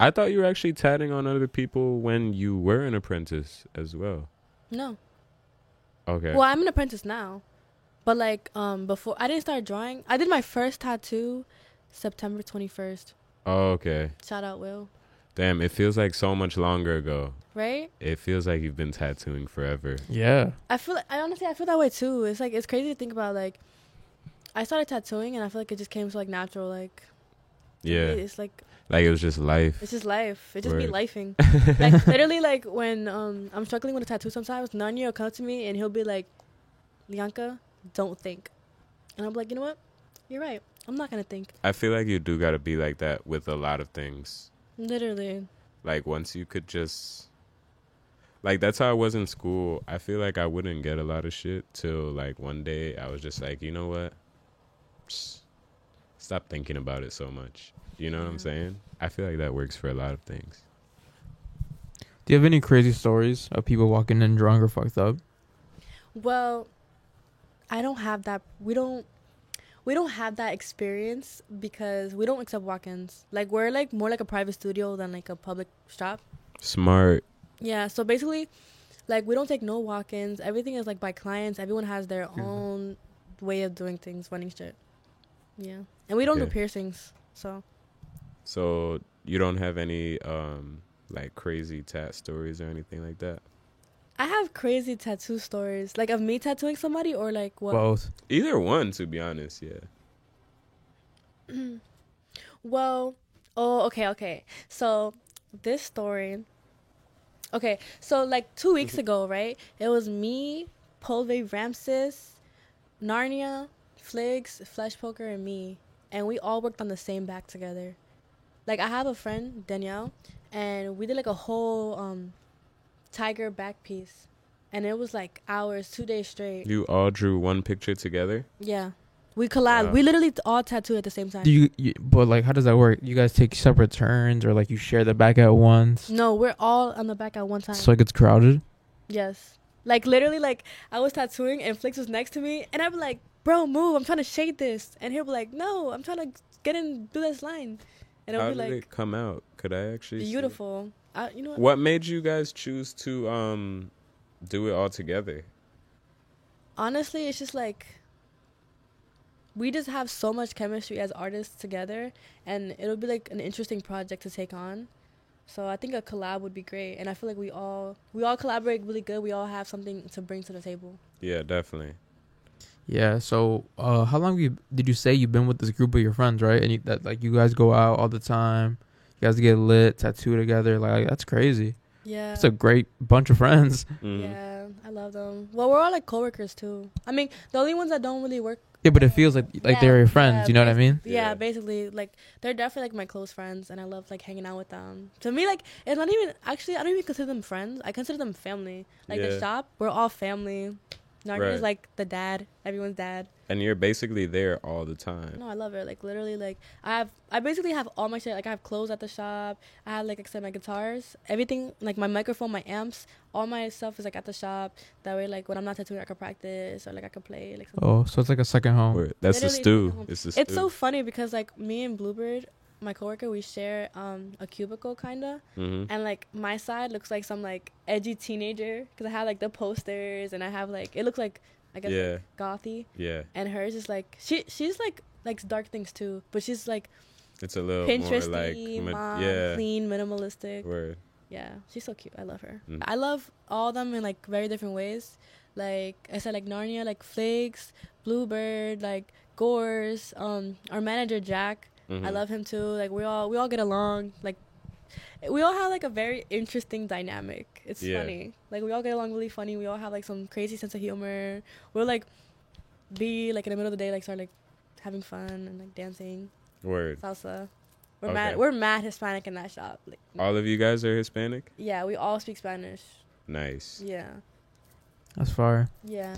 Speaker 2: I thought you were actually tatting on other people when you were an apprentice as well.
Speaker 3: No,
Speaker 2: Okay.
Speaker 3: well, I'm an apprentice now, but like um before I didn't start drawing. I did my first tattoo September 21st.
Speaker 2: Oh, okay.
Speaker 3: Shout out Will,
Speaker 2: Damn, it feels like so much longer ago.
Speaker 3: right?
Speaker 2: It feels like you've been tattooing forever.
Speaker 1: Yeah.
Speaker 3: I feel like, I honestly I feel that way too. It's like it's crazy to think about like I started tattooing and I feel like it just came so like natural like to
Speaker 2: Yeah.
Speaker 3: me, it's like
Speaker 2: Like it was just life.
Speaker 3: it's just life. It just be
Speaker 2: Word.
Speaker 3: lifing. like literally like when um I'm struggling with a tattoo sometimes, Nanya will come to me and he'll be like, Lianka, don't think. And I'm like, you know what? You're right. I'm not gonna think.
Speaker 2: I feel like you do got to be like that with a lot of things.
Speaker 3: Literally.
Speaker 2: Like once you could just like that's how I was in school. I feel like I wouldn't get a lot of shit till like one day I was just like, "You know what? Psst, Stop thinking about it so much." You know what I'm
Speaker 3: Yeah.
Speaker 2: saying? I feel like that works for a lot of things.
Speaker 1: Do you have any crazy stories of people walking in drunk or fucked up?
Speaker 3: Well, I don't have that we don't we don't have that experience because we don't accept walk ins. Like we're like more like a private studio than like a public shop.
Speaker 2: Smart.
Speaker 3: Yeah, so basically, like we don't take no walk-ins. Everything is like by clients. Everyone has their own way of doing things, running shit. Yeah, and we don't
Speaker 2: Yeah.
Speaker 3: do piercings. So
Speaker 2: So, you don't have any um like crazy tat stories or anything like that?
Speaker 3: I have crazy tattoo stories, like of me tattooing somebody or like what. Well,
Speaker 1: Both.
Speaker 2: Either one, to be honest, yeah.
Speaker 3: oh, okay, okay. So this story. Okay, so like two weeks ago, right? It was me, Polve Ramses, Narnia, Fligs, Flesh Poker, and me, and we all worked on the same back together. Like I have a friend Danielle, and we did like a whole um, tiger back piece, and it was like hours, two days straight.
Speaker 2: You all drew one picture together?
Speaker 3: Yeah, we collabed.
Speaker 2: Wow.
Speaker 3: We literally t- all tattooed at the same time.
Speaker 1: Do you, you? But like, how does that work? You guys take separate turns, or like you share the back at once,
Speaker 3: no, we're all on the back at one time.
Speaker 1: so it gets crowded.
Speaker 3: Yes. Like literally, like I was tattooing and Flix was next to me, and I'd be like, "Bro, move! I'm trying to shade this," and he'll be like, "No, I'm trying to get in, do this line," and
Speaker 2: How
Speaker 3: I'll be
Speaker 2: did
Speaker 3: like,
Speaker 2: it come out? Could I actually see it?
Speaker 3: "Beautiful." I, you know what?
Speaker 2: What made you guys choose to um do it all together?
Speaker 3: honestly, it's just like we just have so much chemistry as artists together, and it'll be like an interesting project to take on. So I think a collab would be great, and I feel like we all we all collaborate really good. We all have something to bring to the table.
Speaker 2: Yeah, definitely.
Speaker 1: Yeah. So, uh, how long you did you say you've been with this group of your friends, right? And you, that like you guys go out all the time. You guys get lit, tattoo together. Like that's crazy.
Speaker 3: Yeah.
Speaker 1: It's a great bunch of friends.
Speaker 2: Mhm.
Speaker 3: Yeah, I love them. Well, we're all like coworkers too. I mean, the only ones that don't really work.
Speaker 1: Yeah, but it feels like like
Speaker 3: Yeah,
Speaker 1: they're your friends.
Speaker 3: yeah,
Speaker 1: you know what I mean?
Speaker 3: Yeah.
Speaker 2: Yeah.
Speaker 3: basically, like they're definitely like my close friends, and I love like hanging out with them. To me, like it's not even actually. I don't even consider them friends. I consider them family. Like
Speaker 2: Yeah.
Speaker 3: the shop, we're all family. Narnia
Speaker 2: Right.
Speaker 3: is like the dad, everyone's dad.
Speaker 2: And you're basically there all the time.
Speaker 3: No, I love it. Like literally, like I have, I basically have all my shit. Like I have clothes at the shop. I have like except my guitars, everything, like my microphone, my amps, all my stuff is like at the shop. That way, like when I'm not tattooing, I can practice or like I can play. Like something.
Speaker 1: Oh, so it's like a second home.
Speaker 2: Word. Oh, That's the
Speaker 3: Literally,
Speaker 2: stew.
Speaker 3: no.
Speaker 2: It's the stew.
Speaker 3: it's so funny because like me and Bluebird, my coworker, we share um a cubicle kinda,
Speaker 2: Mhm.
Speaker 3: and like my side looks like some like edgy teenager because I have like the posters and I have like it looks like I guess
Speaker 2: Yeah,
Speaker 3: gothy,
Speaker 2: yeah.
Speaker 3: and hers is like she she's like likes dark things too, but she's like
Speaker 2: It's a little more like
Speaker 3: Pinteresty,
Speaker 2: ma-
Speaker 3: mom,
Speaker 2: yeah.
Speaker 3: clean, minimalistic.
Speaker 2: Word.
Speaker 3: Yeah, she's so cute. I love her.
Speaker 2: Mm.
Speaker 3: I love all of them in like very different ways. Like I said, like Narnia, like Flakes, Bluebird, like Gores, um, our manager Jack. I
Speaker 2: Mhm.
Speaker 3: love him too. Like we all we all get along. Like we all have like a very interesting dynamic. It's
Speaker 2: Yeah.
Speaker 3: funny. Like we all get along really funny. We all have like some crazy sense of humor. We'll like be like in the middle of the day, like start like having fun and like dancing
Speaker 2: Word.
Speaker 3: salsa. We're
Speaker 2: Okay.
Speaker 3: mad. We're mad Hispanic in that shop. Like,
Speaker 2: All of you guys are Hispanic?
Speaker 3: yeah, we all speak Spanish.
Speaker 2: Nice.
Speaker 3: Yeah.
Speaker 1: That's far.
Speaker 3: Yeah.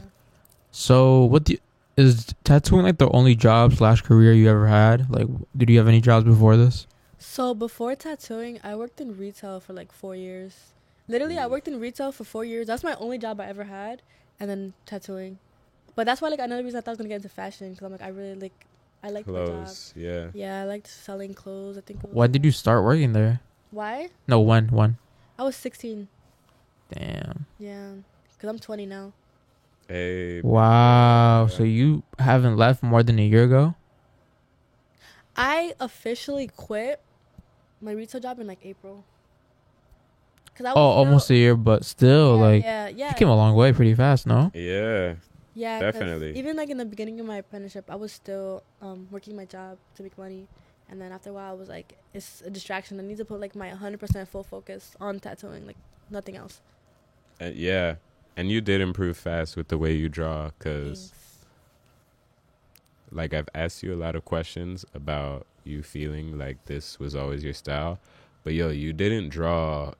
Speaker 1: So what do you, is tattooing like the only job slash career you ever had? Like, did you have any jobs before this?
Speaker 3: So before tattooing, I worked in retail for like four years. Literally, I
Speaker 2: Mm.
Speaker 3: worked in retail for four years. That's my only job I ever had, and then tattooing. But that's why, like, another reason I thought I was gonna get into fashion because I'm like, I really like, I like my job.
Speaker 2: Close. Yeah.
Speaker 3: Yeah, I liked selling clothes. I think. it was-
Speaker 1: When did you start working there?
Speaker 3: Why?
Speaker 1: No, when? When?
Speaker 3: I was 16.
Speaker 1: Damn.
Speaker 3: Yeah, because I'm 20 now.
Speaker 2: Hey.
Speaker 1: Wow. So you haven't left more than a year ago?
Speaker 3: I officially quit my retail job in like April. Cause I
Speaker 1: Oh, almost a year, but still,
Speaker 3: yeah,
Speaker 1: like,
Speaker 3: yeah, yeah,
Speaker 1: you came a long way pretty fast, no?
Speaker 2: Yeah.
Speaker 3: yeah, 'cause
Speaker 2: definitely.
Speaker 3: Even like in the beginning of my apprenticeship, I was still um, working my job to make money, and then after a while, I was like, it's a distraction. I need to put like my 100% full focus on tattooing, like nothing else.
Speaker 2: And yeah. And you did improve fast with the way you draw because,
Speaker 3: Thanks.
Speaker 2: like, I've asked you a lot of questions about you feeling like this was always your style. But, yo, you didn't draw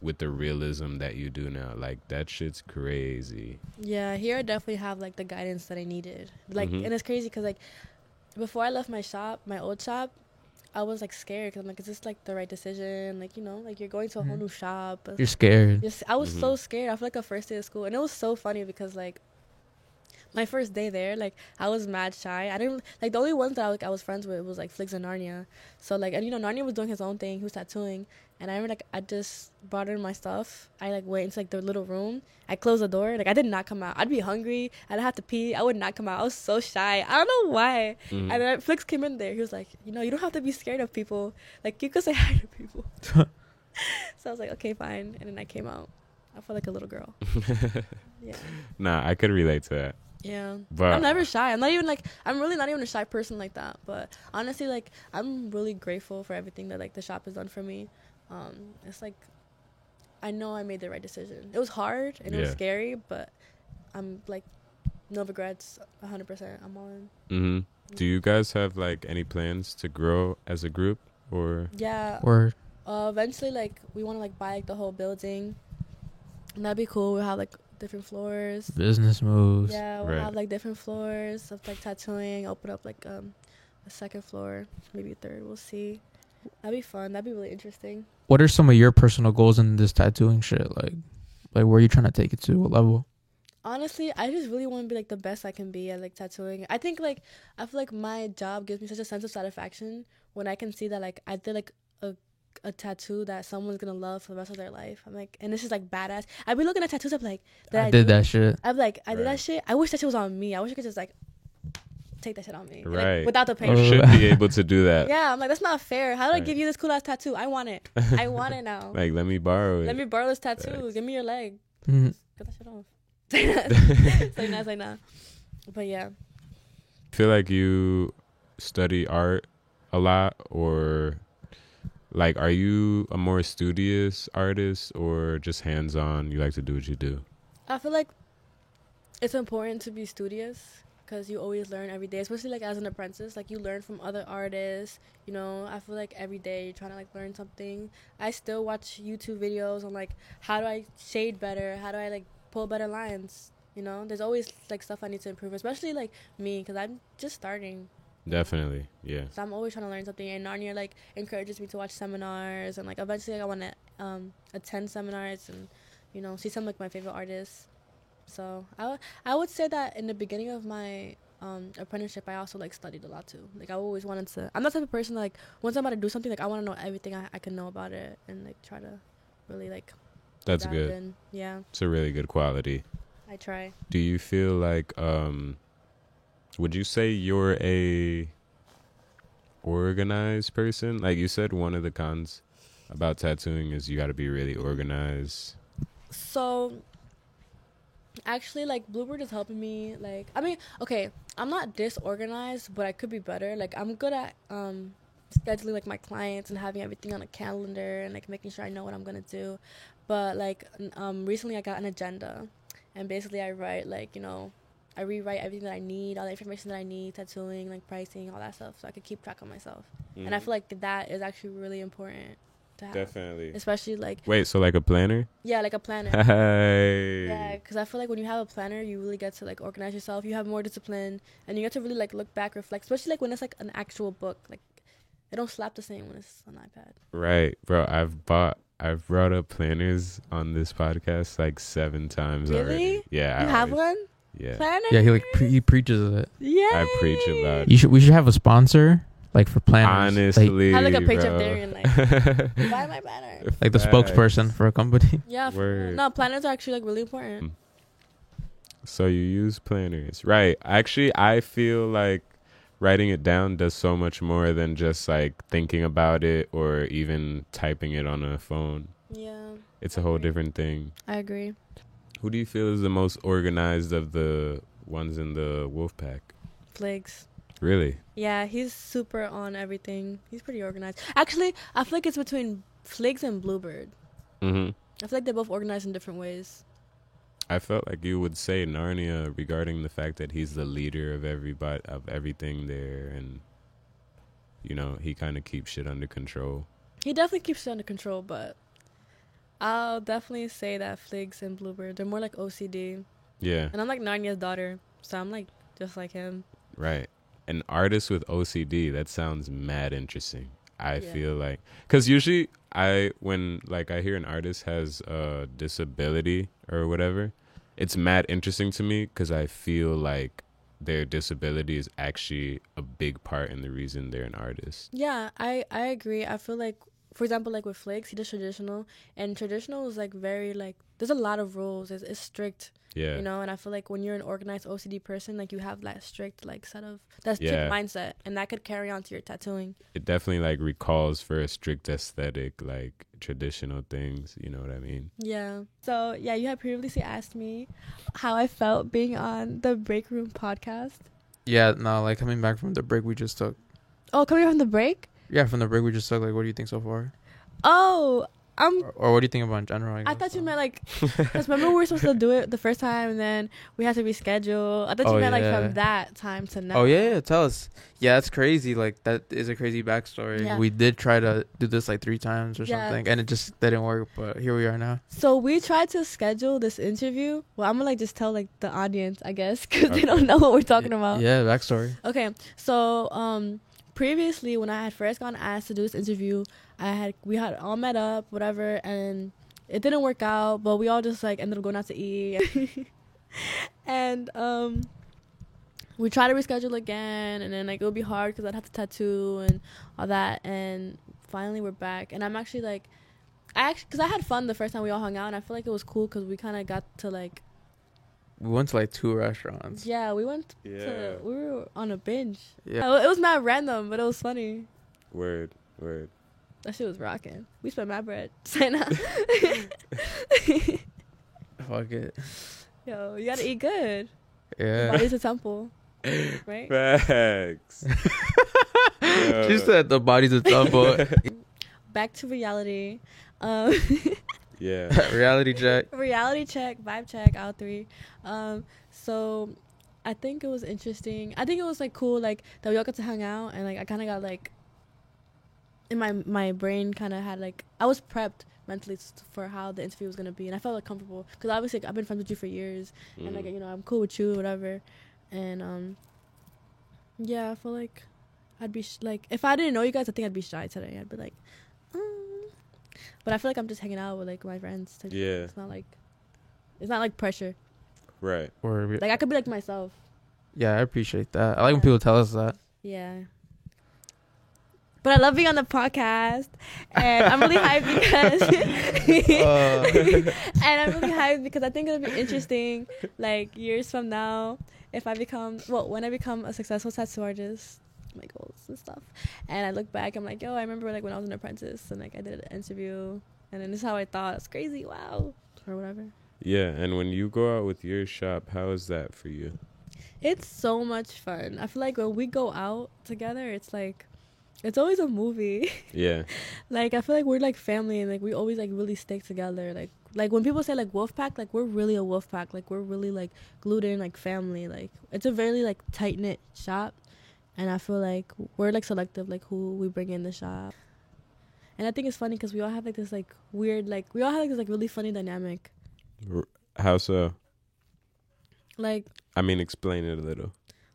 Speaker 2: with the realism that you do now. Like, that shit's crazy.
Speaker 3: Yeah, here I definitely have like the guidance that I needed. Like,
Speaker 2: Mhm.
Speaker 3: and it's crazy because like before I left my shop, my old shop, I was like scared because I'm like, is this like the right decision? Like, you know, like you're going to a whole
Speaker 1: Mhm.
Speaker 3: new shop.
Speaker 1: You're scared.
Speaker 3: Yes, I was
Speaker 2: Mhm.
Speaker 3: so scared. I feel like the first day of school, and it was so funny because like my first day there, like I was mad shy. I didn't like the only ones that I, like I was friends with was like Flicks and Narnia. So like, and you know, Narnia was doing his own thing. He was tattooing, and I remember like I just brought in my stuff. I like went into like their little room. I closed the door. Like I did not come out. I'd be hungry. I'd have to pee. I would not come out. I was so shy. I don't know why.
Speaker 2: Mhm.
Speaker 3: And then Flicks came in there. He was like, you know, you don't have to be scared of people. Like you could say hi to people. So I was like, okay, fine. And then I came out. I felt like a little girl. Yeah.
Speaker 2: nah, I could relate to that.
Speaker 3: Yeah.
Speaker 2: But
Speaker 3: I'm never shy. I'm not even like, I'm really not even a shy person like that. But honestly, like, I'm really grateful for everything that, like, the shop has done for me. Um, it's like, I know I made the right decision. It was hard and it was
Speaker 2: Yeah.
Speaker 3: scary, but I'm like, no regrets, 100%. I'm all in.
Speaker 2: Mhm. Do you guys have like any plans to grow as a group or?
Speaker 3: Yeah.
Speaker 1: Or
Speaker 3: Uh, eventually, like, we want to, like, buy, like, the whole building. And that'd be cool. We'll have, like, different floors.
Speaker 1: business moves.
Speaker 3: Yeah, we'll
Speaker 2: Right.
Speaker 3: have like different floors of like tattooing. Open up like um a second floor, maybe a third. We'll see. That'd be fun. That'd be really interesting.
Speaker 1: What are some of your personal goals in this tattooing shit? Like, like where are you trying to take it to? What level?
Speaker 3: Honestly, I just really want to be like the best I can be at like tattooing. I think like I feel like my job gives me such a sense of satisfaction when I can see that like I did like a a tattoo that someone's gonna love for the rest of their life. I'm like, and this is like badass. I'd be looking at tattoos. I'm like,
Speaker 1: I, did
Speaker 3: do-
Speaker 1: that shit.
Speaker 3: I'm like, I did
Speaker 2: Right.
Speaker 3: that shit. I wish that shit was on me. I wish I could just like take that shit on me, like,
Speaker 2: Right.
Speaker 3: without the
Speaker 2: You
Speaker 3: pain.
Speaker 1: Uh,
Speaker 2: should be able to do that.
Speaker 3: Yeah, I'm like, that's not fair. How did I
Speaker 2: Right.
Speaker 3: give you this cool ass tattoo? I want it. I want it now.
Speaker 2: Like, let me borrow it.
Speaker 3: Let me borrow this tattoo.
Speaker 2: Facts.
Speaker 3: Give me your leg.
Speaker 2: Mm.
Speaker 1: Mhm.
Speaker 3: Cut that shit off. it's like, nah, it's like, nah. But yeah.
Speaker 2: feel like you study art a lot, or like, are you a more studious artist or just hands on? You like to do what you do.
Speaker 3: I feel like it's important to be studious because you always learn every day, especially like as an apprentice. Like you learn from other artists. You know, I feel like every day you're trying to like learn something. I still watch YouTube videos on like how do I shade better? How do I like pull better lines? You know, there's always like stuff I need to improve, especially like me because I'm just starting.
Speaker 2: Definitely, yeah.
Speaker 3: So I'm always trying to learn something. And Narnia like encourages me to watch seminars and like eventually like, I want to um, attend seminars and you know see some like my favorite artists. So I w- I would say that in the beginning of my um, apprenticeship, I also like studied a lot too. Like I always wanted to. I'm the type of person that, like once I'm about to do something, like I want to know everything I, I can know about it and like try to really like.
Speaker 2: That's
Speaker 3: dive
Speaker 2: good.
Speaker 3: In. Yeah,
Speaker 2: It's a really good quality.
Speaker 3: I try.
Speaker 2: Do you feel like um would you say you're a organized person? Like you said one of the cons about tattooing is you got to be really organized.
Speaker 3: So actually like Bluebird is helping me like I mean, okay, I'm not disorganized, but I could be better. Like I'm good at um scheduling like my clients and having everything on a calendar and like making sure I know what I'm going to do. But like n- um recently I got an agenda and basically I write like, you know, I rewrite everything that I need, all the information that I need, tattooing, like pricing, all that stuff, so I could keep track of myself. And I feel like that is actually really important to have.
Speaker 2: Mm-hmm. Definitely.
Speaker 3: Especially like
Speaker 2: Wait, so like a planner?
Speaker 3: yeah, like a planner.
Speaker 2: Hey.
Speaker 3: Yeah, because I feel like when you have a planner, you really get to like organize yourself. You have more discipline, and you get to really like look back, reflect. Especially like when it's like an actual book, like it don't slap the same when it's on iPad.
Speaker 2: Right, bro. I've bought. I've brought up planners on this podcast like seven times already.
Speaker 3: Really?
Speaker 2: Yeah.
Speaker 3: you
Speaker 2: I
Speaker 3: have
Speaker 2: always-
Speaker 3: one
Speaker 2: Yeah.
Speaker 3: planner.
Speaker 1: Yeah, he like pre- he preaches it.
Speaker 3: Yeah.
Speaker 2: I preach about it.
Speaker 1: You should we should have a sponsor like for planners. like,
Speaker 2: Honestly,
Speaker 3: Have, like, a picture
Speaker 2: bro.
Speaker 3: up there and, like, Buy my planner.
Speaker 1: like the
Speaker 2: Facts.
Speaker 1: spokesperson for a company.
Speaker 3: Yeah. for real.
Speaker 2: Word. Mm.
Speaker 3: No, planners are actually like really important.
Speaker 2: So you use planners, right? Actually, I feel like writing it down does so much more than just like thinking about it or even typing it on a phone.
Speaker 3: Yeah,
Speaker 2: It's a whole different thing.
Speaker 3: I agree.
Speaker 2: Who do you feel is the most organized of the ones in the wolf pack?
Speaker 3: Flakes.
Speaker 2: Really?
Speaker 3: Yeah, he's super on everything. He's pretty organized. Actually, I feel like it's between Flakes and Bluebird.
Speaker 2: Mm-hmm.
Speaker 3: I feel like they're both organized in different ways.
Speaker 2: I felt like you would say Narnia regarding the fact that he's the leader of everybody of everything there, and you know he kind of keeps shit under control.
Speaker 3: He definitely keeps it under control, but I'll definitely say that Flakes and Bluebird, they're more like OCD.
Speaker 2: Yeah,
Speaker 3: And I'm like Narnia's daughter, so I'm like just like him.
Speaker 2: right. An artist with OCD that sounds mad interesting. I
Speaker 3: Yeah.
Speaker 2: feel like because usually I when like I hear an artist has a disability or whatever, it's mad interesting to me because I feel like their disability is actually a big part in the reason they're an artist.
Speaker 3: Yeah, I I agree. I feel like for example, like with Flakes, he does traditional, and traditional is like very like there's a lot of rules. It's, it's strict.
Speaker 2: Yeah.
Speaker 3: you know and i feel like when you're an organized ocd person like you have that strict like set of that strict
Speaker 2: Yeah.
Speaker 3: mindset and that could carry on to your tattooing
Speaker 2: it definitely like recalls for a strict aesthetic, like traditional things. You know what I mean?
Speaker 3: yeah so yeah you had previously asked me how i felt being on the break room podcast
Speaker 1: Yeah, no, like coming back from the break we just took.
Speaker 3: oh coming from the break
Speaker 1: Yeah, from the break we just took. Like, what do you think so far,
Speaker 3: oh i'm
Speaker 1: or, or what do you think about in general?
Speaker 3: I thought you meant like, cause remember we were supposed to do it the first time, and then we had to reschedule. I thought you
Speaker 1: Oh,
Speaker 3: meant like
Speaker 1: yeah.
Speaker 3: from that time to now.
Speaker 1: Oh yeah, yeah, tell us. Yeah, that's crazy. Like that is a crazy backstory.
Speaker 3: Yeah.
Speaker 1: We did try to do this like three times or
Speaker 3: Yeah.
Speaker 1: something, and it just didn't work. But here we are now.
Speaker 3: So we tried to schedule this interview. Well, I'm gonna like just tell like the audience, I guess, cause
Speaker 2: Okay.
Speaker 3: they don't know what we're talking
Speaker 1: Y-
Speaker 3: about.
Speaker 1: Yeah, backstory.
Speaker 3: Okay, so um, previously when I had first gotten asked to do this interview, I had we had all met up, whatever, and it didn't work out. But we all just like ended up going out to eat, and um, we tried to reschedule again, and then like it would be hard because I'd have to tattoo and all that, and finally we're back, and I'm actually like. I actually, cause I had fun the first time we all hung out, and I feel like it was cool, cause we kind of got to like,
Speaker 1: We went to like two restaurants.
Speaker 3: yeah, we went to, we were on a binge.
Speaker 1: Yeah.
Speaker 3: Uh, It was not random, but it was funny.
Speaker 2: Word. Word.
Speaker 3: That shit was rocking. We spent my bread. Say nah.
Speaker 1: Fuck it.
Speaker 3: Yo, you gotta eat good.
Speaker 1: Yeah.
Speaker 3: Body's a temple, right?
Speaker 2: Facts.
Speaker 1: she said the body's a tumble.
Speaker 3: Back to reality. Um,
Speaker 2: Yeah.
Speaker 1: Reality check.
Speaker 3: reality check, vibe check, all three. Um, so I think it was interesting. I think it was like cool, like that we all got to hang out, and like I kind of got like in my my brain kind of had like I was prepped mentally s- for how the interview was gonna be, and I felt like comfortable because obviously like, I've been friends with you for years, and
Speaker 2: Mm.
Speaker 3: like you know I'm cool with you, whatever, and um, yeah, I feel like I'd be sh- like if I didn't know you guys, I think I'd be shy today. I'd be like, mm. but I feel like I'm just hanging out with like my friends. type
Speaker 2: Yeah.
Speaker 3: it's not like it's not like pressure.
Speaker 2: Right.
Speaker 1: Or we-
Speaker 3: Like I could be like myself.
Speaker 1: yeah, I appreciate that. I like when
Speaker 3: Yeah.
Speaker 1: people tell us that.
Speaker 3: Yeah. But I love being on the podcast, and I'm really hyped because, and I'm really hyped because I think it'll be interesting. Like years from now, if I become well, when I become a successful tattoo artist, my goals and stuff, and I look back, I'm like, yo, I remember like when I was an apprentice, and like I did an interview, and then this is how I thought. It's crazy, wow, or whatever.
Speaker 2: Yeah. And when you go out with your shop, how is that for you?
Speaker 3: It's so much fun. I feel like when we go out together, it's like it's always a movie.
Speaker 2: Yeah.
Speaker 3: like I feel like we're like family and like we always like really stick together. Like like when people say like wolf pack, like we're really a wolf pack. Like we're really like glued in like family. Like it's a very like tight knit shop and I feel like we're like selective like who we bring in the shop. and I think it's funny because we all have like this like weird like we all have like this like really funny dynamic.
Speaker 2: How so?
Speaker 3: Like
Speaker 2: I mean, explain it a little.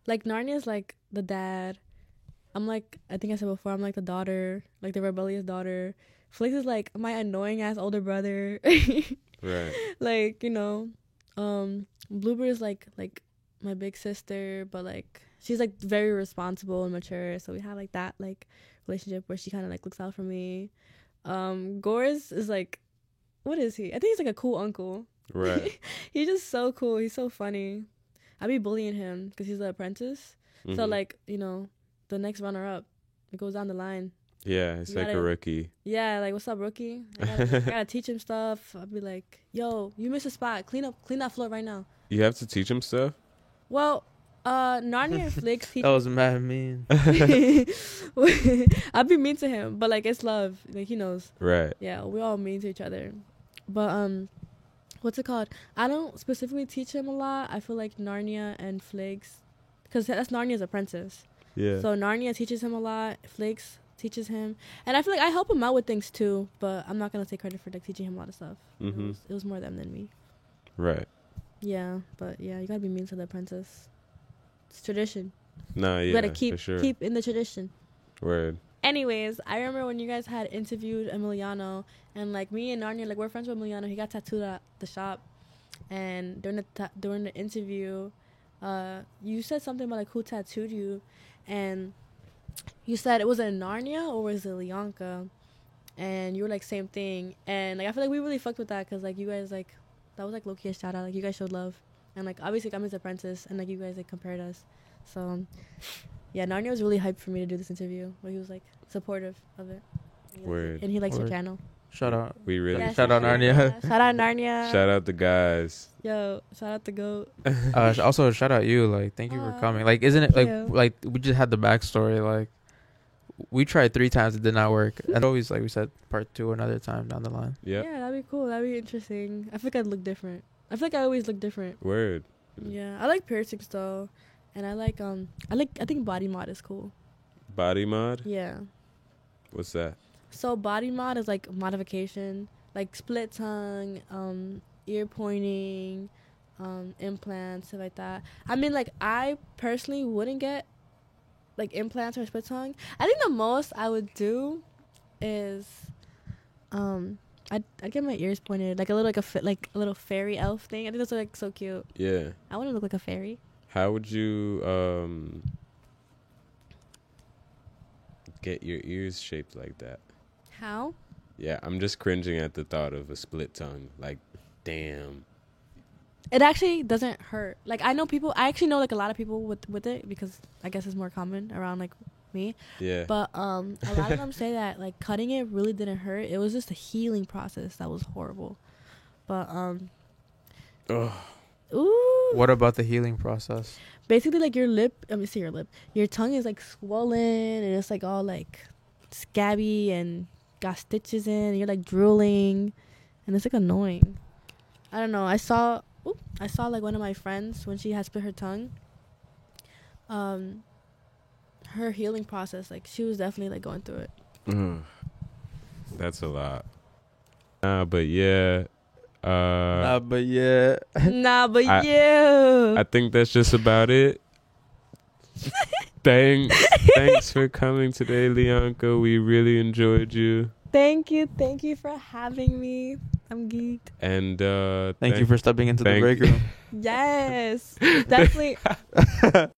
Speaker 3: like Narnia's like the dad. I'm like I think I said before I'm like the daughter, like the rebellious daughter. Flix is like my annoying ass older brother.
Speaker 2: Right.
Speaker 3: like you know um bluebird is like like my big sister but like she's like very responsible and mature so we have like that like relationship where she kind of like looks out for me um gores is like what is he i think he's like a cool uncle
Speaker 2: Right.
Speaker 3: he's just so cool he's so funny i be bullying him because he's the apprentice so
Speaker 2: Mhm.
Speaker 3: like you know the next runner up it goes down the line
Speaker 2: yeah, it's
Speaker 3: you
Speaker 2: like a
Speaker 3: gotta-
Speaker 2: rookie.
Speaker 3: yeah, like what's up, rookie? I gotta, I gotta teach him stuff. I'll be like, yo, you missed a spot. Clean up, clean that floor right now.
Speaker 2: You have to teach him stuff.
Speaker 3: Well, uh, Narnia and Flix teach.
Speaker 1: That was mad mean.
Speaker 3: I'll be mean to him, but like it's love. Like he knows.
Speaker 2: Right.
Speaker 3: Yeah, we're all mean to each other. But um, what's it called? I don't specifically teach him a lot. I feel like Narnia and Flix, because that's Narnia's apprentice.
Speaker 2: Yeah.
Speaker 3: So Narnia teaches him a lot. Flix teaches him, and I feel like I help him out with things too. But I'm not gonna take credit for like teaching him a lot of stuff. It,
Speaker 2: hmm
Speaker 3: was, it was more them than me.
Speaker 2: Right.
Speaker 3: Yeah, but yeah, you gotta be mean to the apprentice. It's tradition.
Speaker 2: No. Yeah.
Speaker 3: you gotta keep
Speaker 2: for sure.
Speaker 3: keep in the tradition.
Speaker 2: Word.
Speaker 3: Anyways, I remember when you guys had interviewed Emiliano, and like me and Narnia, like we're friends with Emiliano. He got tattooed at the shop, and during the ta- during the interview, uh, you said something about like who tattooed you, and you said it was in Narnia or was it Leonka, and you were like same thing. And like I feel like we really fucked with that because like you guys like that was like Loki a shout out. Like you guys showed love, and like obviously like, I'm his apprentice, and like you guys like compared us, so. Yeah, Narnia was really hyped for me to do this interview where he was like supportive of it. Yeah.
Speaker 2: Word.
Speaker 3: And he likes your
Speaker 1: Word.
Speaker 3: channel.
Speaker 1: Shout out.
Speaker 2: We really
Speaker 1: Yeah,
Speaker 2: shout,
Speaker 1: shout out Narnia.
Speaker 3: Shout out Narnia.
Speaker 2: shout out the guys.
Speaker 3: Yo, shout out the goat.
Speaker 1: Uh, sh- also, shout out you. Like, thank you for
Speaker 3: Aw,
Speaker 1: coming. Like, isn't it like
Speaker 3: thank you.
Speaker 1: like we just had the backstory. Like, we tried three times, it did not work. And always like we said, part two another time down the line.
Speaker 2: Yep.
Speaker 3: Yeah, that'd be cool. That'd be interesting. I feel like I'd look different. I feel like I always look different.
Speaker 2: Word.
Speaker 3: Yeah, I like piercings though, and I like um, I like I think body mod is cool.
Speaker 2: Body mod.
Speaker 3: Yeah.
Speaker 2: What's that?
Speaker 3: So body mod is like modification, like split tongue, um, ear pointing, um, implants, stuff like that. I mean, like I personally wouldn't get like implants or split tongue. I think the most I would do is, um, I I get my ears pointed like a little like a fa- like a little fairy elf thing. I think that's like so cute.
Speaker 2: Yeah.
Speaker 3: I want to look like a fairy.
Speaker 2: How would you um get your ears shaped like that?
Speaker 3: How?
Speaker 2: Yeah, I'm just cringing at the thought of a split tongue. Like, damn.
Speaker 3: It actually doesn't hurt. Like I know people. I actually know like a lot of people with with it because I guess it's more common around like me.
Speaker 2: Yeah.
Speaker 3: But um, a lot of them say that like cutting it really didn't hurt. It was just a healing process that was horrible. But um,
Speaker 2: Ugh.
Speaker 3: ooh,
Speaker 1: What about the healing process?
Speaker 3: basically like your lip. Let me see your lip. Your tongue is like swollen and it's like all like scabby and got stitches in. And you're like drooling, and it's like annoying. I don't know. I saw. Oop, I saw like one of my friends when she had split her tongue. Um, her healing process, like she was definitely like going through it.
Speaker 2: Ugh. That's a lot. Nah, but yeah. Uh
Speaker 1: but yeah.
Speaker 3: nah, but
Speaker 2: I-
Speaker 3: you.
Speaker 2: I think that's just about it. thanks. thanks for coming today, Leonka. We really enjoyed you.
Speaker 3: thank you, thank you for having me. I'm geeked.
Speaker 2: And uh
Speaker 1: Thank you for stepping into the
Speaker 2: thank-
Speaker 1: break room.
Speaker 3: Yes, definitely.